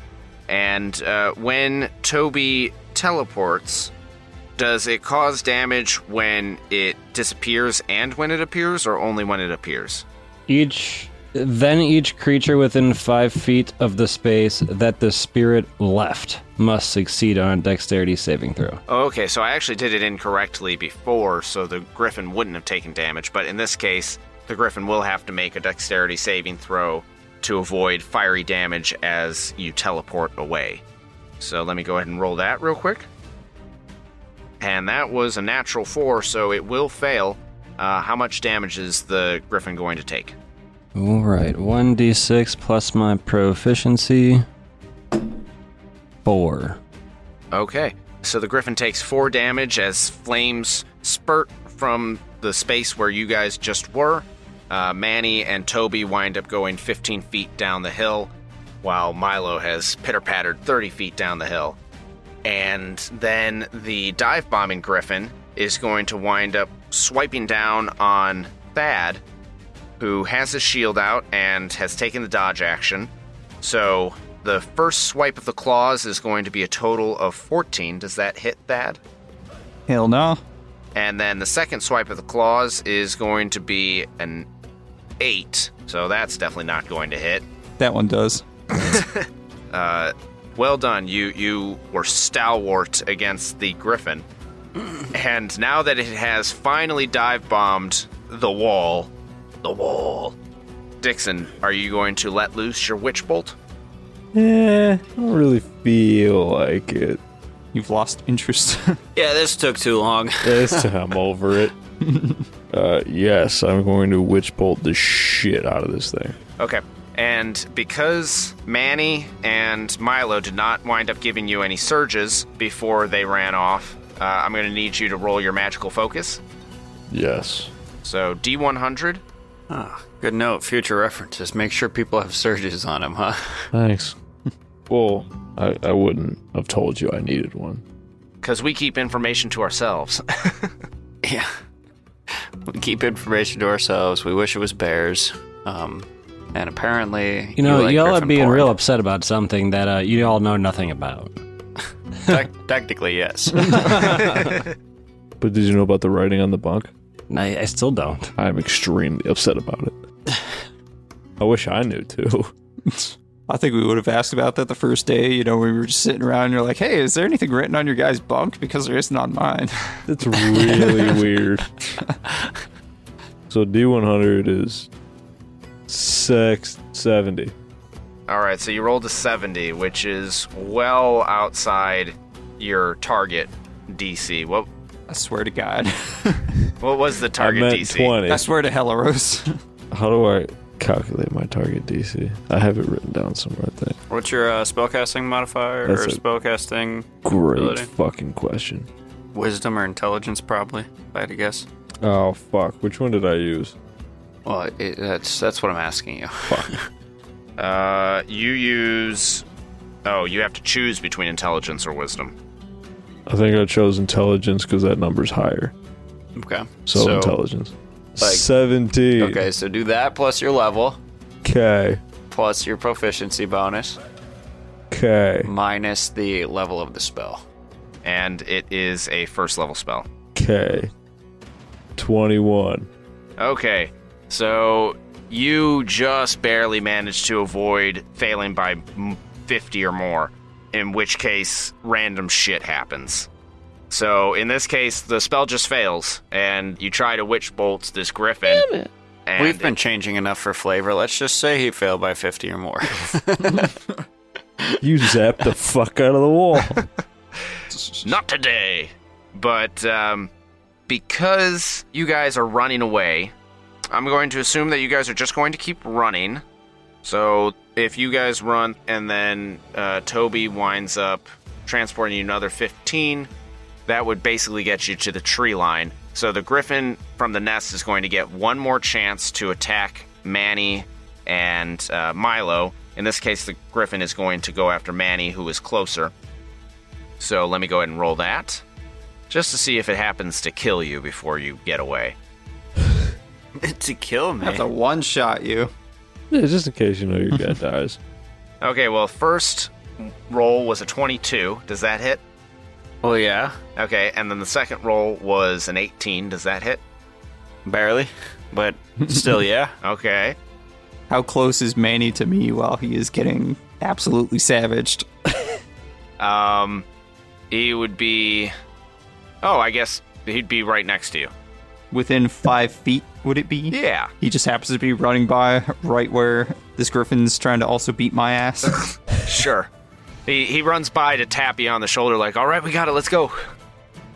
[SPEAKER 2] And uh, when Toby teleports, does it cause damage when it disappears and when it appears, or only when it appears?
[SPEAKER 4] Each. Then each creature within five feet of the space that the spirit left must succeed on a dexterity saving throw.
[SPEAKER 2] Oh, Okay, so I actually did it incorrectly before, so the griffin wouldn't have taken damage, but in this case, the griffin will have to make a dexterity saving throw to avoid fiery damage as you teleport away. So let me go ahead and roll that real quick. And that was a natural four, so it will fail. Uh, how much damage is the griffin going to take?
[SPEAKER 4] All right, 1d6 plus my proficiency. Four.
[SPEAKER 2] Okay. So the griffin takes four damage as flames spurt from the space where you guys just were. Uh, Manny and Toby wind up going 15 feet down the hill, while Milo has pitter pattered 30 feet down the hill. And then the dive bombing griffin is going to wind up swiping down on Thad, who has his shield out and has taken the dodge action. So the first swipe of the claws is going to be a total of 14. Does that hit Thad?
[SPEAKER 5] Hell no.
[SPEAKER 2] And then the second swipe of the claws is going to be an 8. So that's definitely not going to hit.
[SPEAKER 5] That one does.
[SPEAKER 2] Well done. You you were stalwart against the griffin. [clears throat] And now that it has finally dive bombed the wall, the wall. Dixon, are you going to let loose your witch bolt?
[SPEAKER 6] Eh, I don't really feel like it.
[SPEAKER 5] You've lost interest. [laughs]
[SPEAKER 3] Yeah, this took too long. [laughs]
[SPEAKER 6] This time I'm over [laughs] it. Uh, yes, I'm going to witch bolt the shit out of this thing.
[SPEAKER 2] Okay. And because Manny and Milo did not wind up giving you any surges before they ran off, uh, I'm going to need you to roll your magical focus.
[SPEAKER 6] Yes.
[SPEAKER 2] So D100.
[SPEAKER 3] Ah, good note. Future references. Make sure people have surges on them, huh? [laughs]
[SPEAKER 6] Thanks. well, I, I wouldn't have told you I needed one.
[SPEAKER 2] Because we keep information to ourselves. [laughs]
[SPEAKER 3] Yeah. We keep information to ourselves. We wish it was bears. Um, and apparently,
[SPEAKER 4] You know,
[SPEAKER 3] like
[SPEAKER 4] y'all are
[SPEAKER 3] Griffin
[SPEAKER 4] being
[SPEAKER 3] porn. [laughs]
[SPEAKER 4] real upset about something that uh, you all know nothing about.
[SPEAKER 3] Tec-
[SPEAKER 4] [laughs]
[SPEAKER 3] technically, yes.
[SPEAKER 6] But did you know about the writing on the bunk?
[SPEAKER 4] And I, I still don't.
[SPEAKER 6] I'm extremely upset about it. I wish I knew too.
[SPEAKER 5] I think we would have asked about that the first day. You know, we were just sitting around and you're like, hey, is there anything written on your guy's bunk? Because there isn't on mine.
[SPEAKER 6] [laughs]
[SPEAKER 5] [laughs]
[SPEAKER 6] [laughs] That's really weird. So D100 is six seventy.
[SPEAKER 2] All right, so you rolled a 70, which is well outside your target DC. What
[SPEAKER 5] I swear to God.
[SPEAKER 2] what was the
[SPEAKER 6] I
[SPEAKER 2] target
[SPEAKER 6] meant
[SPEAKER 2] DC?
[SPEAKER 6] twenty.
[SPEAKER 5] I swear to hell, [laughs] Rose.
[SPEAKER 6] How do I calculate my target DC? I have it written down somewhere. I think.
[SPEAKER 3] What's your uh, spellcasting modifier
[SPEAKER 6] That's
[SPEAKER 3] or
[SPEAKER 6] it.
[SPEAKER 3] spellcasting
[SPEAKER 6] Great
[SPEAKER 3] Ability.
[SPEAKER 6] fucking question.
[SPEAKER 3] wisdom or intelligence? Probably, if I had to guess.
[SPEAKER 6] Oh fuck! Which one did I use?
[SPEAKER 3] Well, it, that's that's what I'm asking you.
[SPEAKER 2] Uh, you use. Oh, you have to choose between intelligence or wisdom.
[SPEAKER 6] I think I chose intelligence because that number's higher.
[SPEAKER 3] Okay.
[SPEAKER 6] So, intelligence.
[SPEAKER 3] like-
[SPEAKER 6] Seventeen.
[SPEAKER 3] Okay, so do that plus your level
[SPEAKER 6] Okay.
[SPEAKER 3] plus your proficiency bonus.
[SPEAKER 6] Okay.
[SPEAKER 3] minus the level of the spell.
[SPEAKER 2] and it is a first level spell.
[SPEAKER 6] Okay. 21.
[SPEAKER 2] Okay, so you just barely managed to avoid failing by m- 50 or more, in which case, random shit happens. So, in this case, the spell just fails, and you try to witch bolt this griffin. And
[SPEAKER 3] We've been changing enough for flavor. Let's just say he failed by 50 or more.
[SPEAKER 6] You zapped the fuck out of the [laughs] wall.
[SPEAKER 2] Not today. But um, because you guys are running away, I'm going to assume that you guys are just going to keep running. So if you guys run and then uh, Toby winds up transporting you another 15, that would basically get you to the tree line. So the griffin from the nest is going to get one more chance to attack Manny and uh, Milo. In this case, the griffin is going to go after Manny, who is closer. So let me go ahead and roll that. Just to see if it happens to kill you before you get away.
[SPEAKER 3] [laughs] to kill me.
[SPEAKER 5] That's a one shot you.
[SPEAKER 6] Yeah, just in case you know your guy dies.
[SPEAKER 2] Okay, well, first roll was a 22. Does that hit?
[SPEAKER 3] Well, yeah.
[SPEAKER 2] Okay, and then the second roll was an 18. Does that hit?
[SPEAKER 3] Barely. But
[SPEAKER 2] [laughs]
[SPEAKER 3] still, yeah.
[SPEAKER 2] Okay.
[SPEAKER 5] How close is Manny to me while he is getting absolutely savaged?
[SPEAKER 2] Um, he would be. Oh, I guess he'd be right next to you.
[SPEAKER 5] Within five feet, would it be?
[SPEAKER 2] Yeah.
[SPEAKER 5] He just happens to be running by right where this griffin's trying to also beat my [laughs] ass.
[SPEAKER 2] Sure. He, he runs by to tap you on the shoulder, like, all right, we got it, let's go.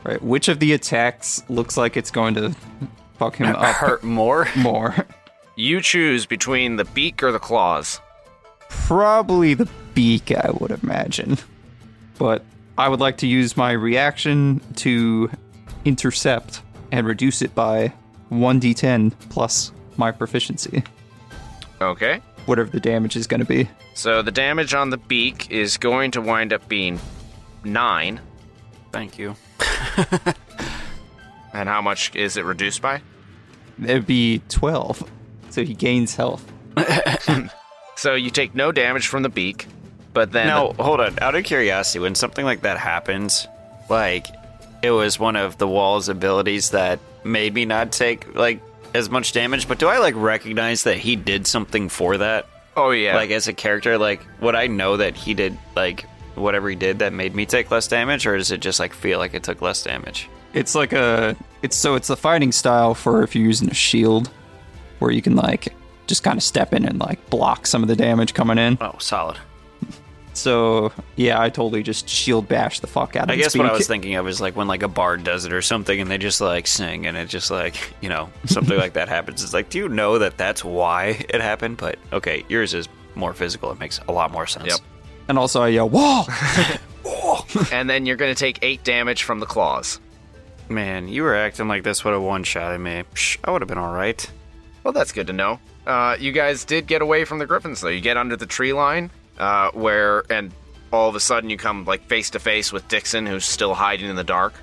[SPEAKER 5] right. Which of the attacks looks like it's going to fuck him up
[SPEAKER 3] Hurt more.
[SPEAKER 5] more?
[SPEAKER 2] [laughs] You choose between the beak or the claws.
[SPEAKER 5] Probably the beak, I would imagine. But I would like to use my reaction to intercept and reduce it by 1d10 plus my proficiency,
[SPEAKER 2] Okay.
[SPEAKER 5] whatever the damage is going to be.
[SPEAKER 2] So the damage on the beak is going to wind up being nine.
[SPEAKER 3] [laughs] Thank you.
[SPEAKER 2] And how much is it reduced by?
[SPEAKER 5] It'd be 12. So he gains health.
[SPEAKER 2] So you take no damage from the beak, but then
[SPEAKER 3] Now, hold on. Out of curiosity, when something like that happens, like it was one of the wall's abilities that made me not take like as much damage, but do I like recognize that he did something for that?
[SPEAKER 2] oh yeah,
[SPEAKER 3] Like as a character, like would I know that he did like whatever he did that made me take less damage, or does it just like feel like it took less damage?
[SPEAKER 5] It's like a. It's so it's the fighting style for if you're using a shield, where you can like just kind of step in and like block some of the damage coming in.
[SPEAKER 3] Oh, solid.
[SPEAKER 5] So yeah, I totally just shield bash the fuck out of.
[SPEAKER 3] I guess
[SPEAKER 5] its
[SPEAKER 3] what I
[SPEAKER 5] beak.
[SPEAKER 3] was thinking of is like when like a bard does it or something, and they just like sing, and it just like [laughs] you know something like that happens. It's like, do you know that that's why it happened? But okay, yours is more physical. It makes a lot more sense.
[SPEAKER 2] Yep.
[SPEAKER 5] And also I yell, "Wall!"
[SPEAKER 2] and then you're gonna take eight damage from the claws.
[SPEAKER 3] Man, you were acting like this would have one shot at me. Psh, I would have been all right.
[SPEAKER 2] Well, that's good to know. Uh, you guys did get away from the griffins, though. You get under the tree line, uh, where and all of a sudden you come like face to face with Dixon, who's still hiding in the dark.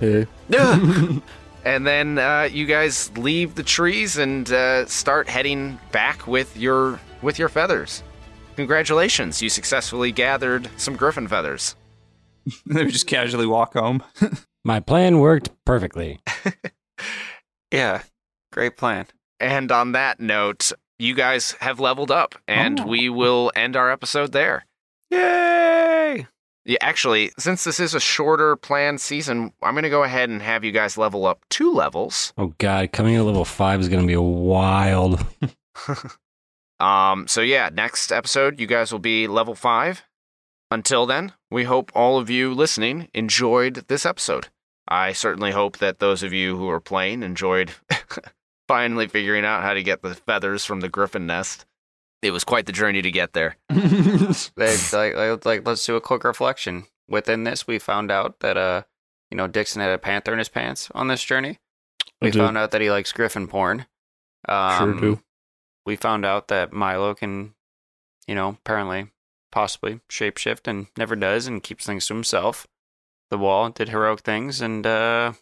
[SPEAKER 6] Hey.
[SPEAKER 2] And then uh, you guys leave the trees and uh, start heading back with your with your feathers. Congratulations, you successfully gathered some griffin feathers.
[SPEAKER 5] [laughs] they would just casually walk home.
[SPEAKER 4] My plan worked perfectly.
[SPEAKER 3] Yeah, great plan.
[SPEAKER 2] And on that note, you guys have leveled up, and
[SPEAKER 5] Oh.
[SPEAKER 2] we will end our episode there.
[SPEAKER 3] Yay!
[SPEAKER 2] Yeah, actually, since this is a shorter planned season, I'm going to go ahead and have you guys level up two levels.
[SPEAKER 4] Oh god, coming to level five is gonna be wild.
[SPEAKER 2] Um, so yeah, next episode you guys will be level five. Until then, we hope all of you listening enjoyed this episode. I certainly hope that those of you who are playing enjoyed [laughs] finally figuring out how to get the feathers from the griffin nest. It was quite the journey to get there.
[SPEAKER 3] [laughs] They, like, like, like, let's do a quick reflection. Within this, we found out that uh, you know, Dixon had a panther in his pants on this journey. We
[SPEAKER 6] I do.
[SPEAKER 3] found out that he likes Griffin porn. Um,
[SPEAKER 6] sure do.
[SPEAKER 3] We found out that Milo can, you know, apparently, possibly shapeshift and never does and keeps things to himself. The wall did heroic things and uh,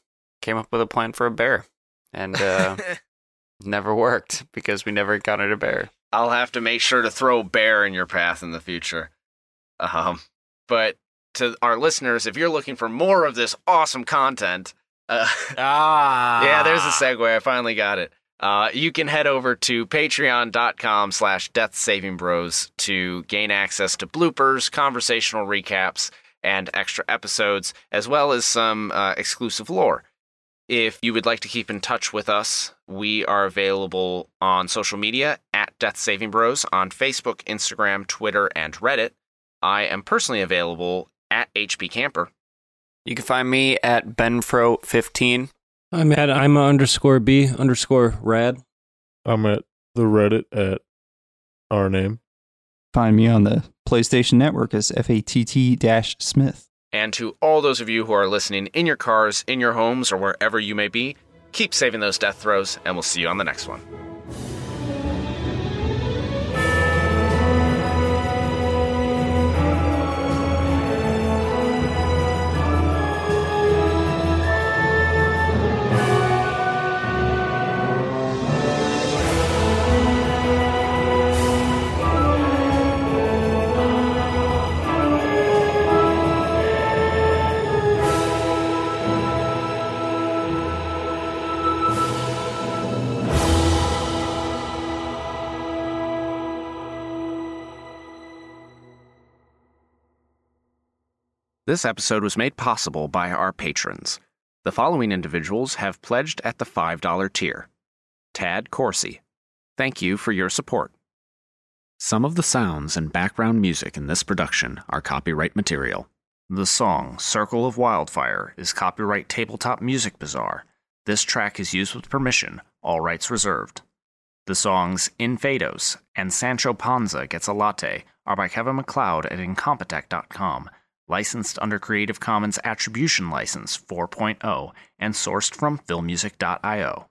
[SPEAKER 3] came up with a plan for a bear, and [laughs] uh,
[SPEAKER 2] [laughs]
[SPEAKER 3] never worked because we never encountered a bear.
[SPEAKER 2] I'll have to make sure to throw bear in your path in the future. Um, but to our listeners, if you're looking for more of this awesome content, uh, [laughs]
[SPEAKER 3] Ah.
[SPEAKER 2] yeah, there's a segue. I finally got it. Uh, you can head over to patreon.com slash death saving bros to gain access to bloopers, conversational recaps, and extra episodes, as well as some uh, exclusive lore. If you would like to keep in touch with us, we are available on social media at Death Saving Bros on Facebook, Instagram, Twitter, and Reddit. I am personally available at HP Camper.
[SPEAKER 3] You can find me at benfro15.
[SPEAKER 4] I'm at I'm a underscore B underscore rad.
[SPEAKER 7] I'm at the Reddit at our name.
[SPEAKER 5] Find me on the PlayStation Network as FATT Smith.
[SPEAKER 2] And to all those of you who are listening in your cars, in your homes, or wherever you may be, keep saving those death throws, and we'll see you on the next one. This episode was made possible by our patrons. The following individuals have pledged at the $5 tier Tad Corsi. Thank you for your support. Some of the sounds and background music in this production are copyright material. The song Circle of Wildfire is copyright Tabletop Music Bazaar. This track is used with permission, all rights reserved. The songs Infados and Sancho Panza Gets a Latte are by Kevin McLeod at Incompetech.com, licensed under oh Creative Commons Attribution License 4.0 and sourced from filmmusic.io.